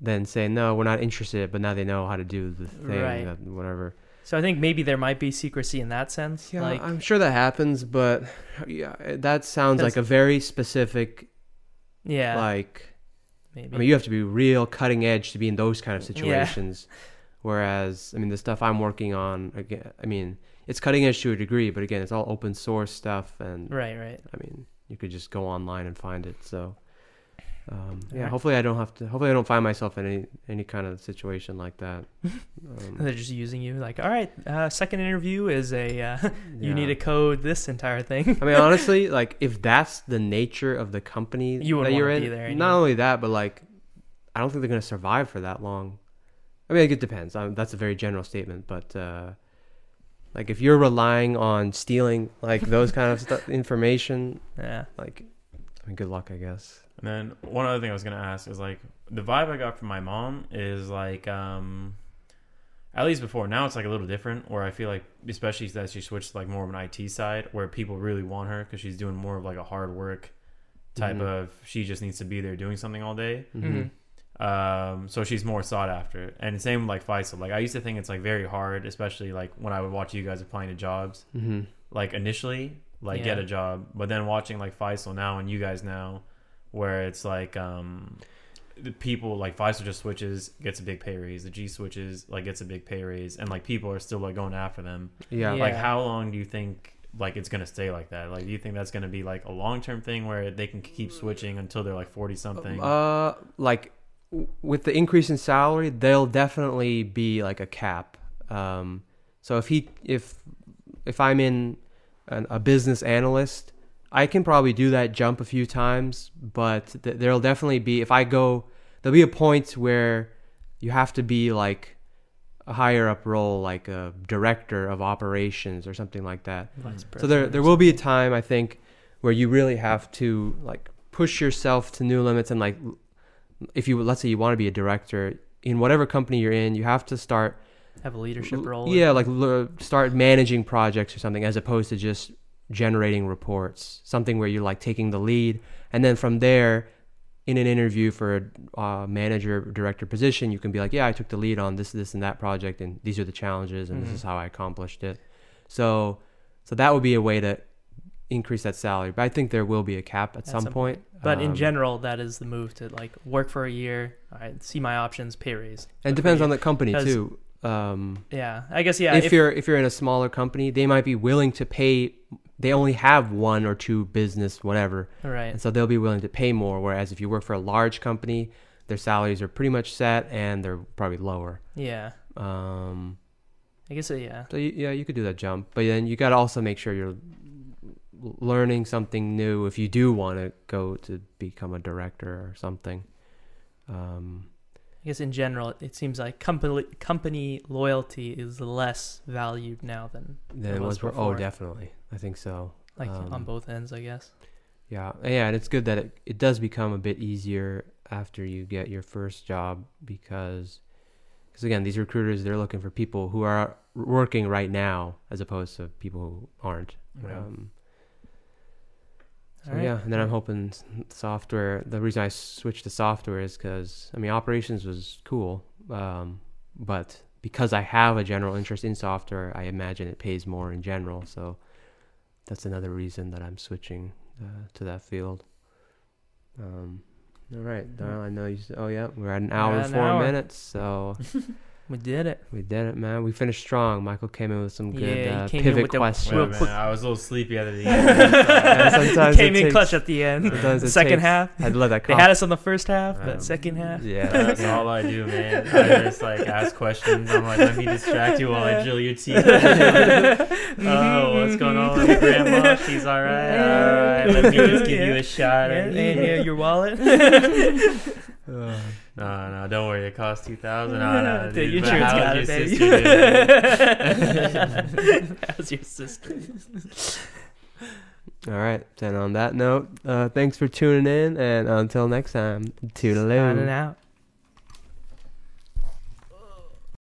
S1: then say no, we're not interested. But now they know how to do the thing,
S2: Right.
S1: that- whatever.
S2: so I think maybe there might be secrecy in that sense.
S1: Yeah,
S2: like,
S1: I'm sure that happens, but yeah, that sounds like
S2: like
S1: a very specific
S2: yeah,
S1: like.
S2: maybe.
S1: I mean, you have to be real cutting edge to be in those kind of situations. Whereas, I mean, the stuff I'm working on, again, I mean, it's cutting edge to a degree, but again, it's all open source stuff, and
S2: right, right.
S1: I mean, you could just go online and find it. So, um, yeah,
S2: Alright.
S1: hopefully, I don't have to. Hopefully, I don't find myself in any any kind of situation like that. Um,
S2: They're just using you. Like, all right, uh, second interview is a. Uh,
S1: yeah.
S2: You need to code this entire thing.
S1: I mean, honestly, like if that's the nature of the company
S2: You
S1: that
S2: wouldn't
S1: you're
S2: wanna
S1: in,
S2: be there
S1: not
S2: anyway.
S1: only that, but like, I don't think they're gonna survive for that long. I mean, like, it depends. I that's a very general statement, but uh, like if you're relying on stealing like those kind of stuff, information,
S2: yeah.
S1: like, I mean, good luck, I guess.
S4: And then one other thing I was gonna ask is like the vibe I got from my mom is like um at least before now it's like a little different where I feel like especially that she switched to like more of an IT side where people really want her because she's doing more of like a hard work type
S1: Mhm.
S4: of she just needs to be there doing something all day.
S1: Mhm.
S2: Mm-hmm.
S4: Um, so she's more sought after. And same with like Faisal. Like I used to think it's like very hard, especially like when I would watch you guys applying to jobs.
S1: Mhm.
S4: Like initially, like
S2: Yeah.
S4: get a job, but then watching like Faisal now and you guys now, where it's like um, the people like Faisal just switches, gets a big pay raise. The G switches, like gets a big pay raise, and like people are still like going after them.
S1: Yeah.
S2: Yeah.
S4: Like how long do you think? Like it's gonna stay like that. Like, do you think that's gonna be like a long term thing where they can keep switching until they're like forty something?
S1: Uh, like w- with the increase in salary, there'll definitely be like a cap. Um, so if he if if I'm in an, a business analyst, I can probably do that jump a few times, but th- there'll definitely be if I go, there'll be a point where you have to be like a higher up role, like a director of operations or something like that
S2: Vice
S1: so there,
S2: president
S1: there
S2: or
S1: will be a
S2: something.
S1: time I think where you really have to like push yourself to new limits and like l- if you let's say you want to be a director in whatever company you're in, you have to start
S2: have a leadership
S1: l-
S2: role.
S1: Yeah, like l- start managing projects or something as opposed to just generating reports. Something where you're like taking the lead, and then from there, in an interview for a uh, manager or director position, you can be like, yeah, I took the lead on this, this, and that project, and these are the challenges, and
S2: Mhm.
S1: this is how I accomplished it. So, so that would be a way to increase that salary. But I think there will be a cap at, some, point.
S2: But in
S1: Um,
S2: general, that is the move to like work for a year. All right, see my options, pay raise.
S1: and it depends on the company
S2: 'cause-
S1: too. Um,
S2: Yeah, I guess yeah.
S1: if, you're if you're in a smaller company, they might be willing to pay. They only have one or two business, whatever,
S2: right,
S1: and so they'll be willing to pay more. Whereas if you work for a large company, their salaries are pretty much set and they're probably lower.
S2: yeah,
S1: Um,
S2: I guess uh, yeah.
S1: so you, yeah, you could do that jump, but then you got to also make sure you're l- learning something new if you do want to go to become a director or something. Um,
S2: I guess in general, it seems like company company loyalty is less valued now than
S1: then it
S2: was
S1: was for, oh,
S2: before.
S1: definitely, I think so.
S2: like
S1: Um,
S2: on both ends. I guess.
S1: Yeah, yeah, and it's good that it, it does become a bit easier after you get your first job because, because again, these recruiters they're looking for people who are working right now as opposed to people who aren't.
S4: Yeah.
S2: uh,
S1: Um, so
S2: All right.
S1: yeah, and then I'm hoping s- software. The reason I switched to software is because I mean operations was cool, um, but because I have a general interest in software, I imagine it pays more in general. So that's another reason that I'm switching uh, to that field. Um, all right, Darrell, I know you. s oh yeah, we're at an hour
S2: Mm-hmm. We're at
S1: and
S2: an
S1: four
S2: hour.
S1: minutes, so
S2: we did it.
S1: we did it, man. We finished strong. Michael came in with some good
S2: Yeah, he
S1: uh,
S2: came in
S1: pivot
S2: with the-
S1: questions.
S4: Wait a
S2: real
S4: minute,
S2: quick-
S4: I was a little sleepy at the
S1: Yeah,
S4: end.
S1: sometimes
S2: Came
S1: it
S2: in
S1: takes-
S2: clutch at the end.
S1: Sometimes it
S2: Second
S1: takes-
S2: half,
S1: I love that.
S2: they had us on the first half,
S4: Um,
S2: but second half.
S1: Yeah,
S4: That's all I do, man. I just like ask questions. I'm like, let me distract you while I drill your teeth. oh, what's going on with your
S2: Mm-hmm.
S4: grandma? She's all right. All right. Let me just give you a shot.
S2: Yeah, and uh, your wallet.
S1: Uh,
S4: No, no, don't worry. It costs two thousand. No,
S2: The
S4: no, dude, but
S2: insurance
S4: how's
S2: got
S4: your
S2: it, baby.
S4: sister doing?
S2: How's your sister?
S1: all right. Then on that note, uh, thanks for tuning in, and until next time, toodaloo.
S2: Signing out.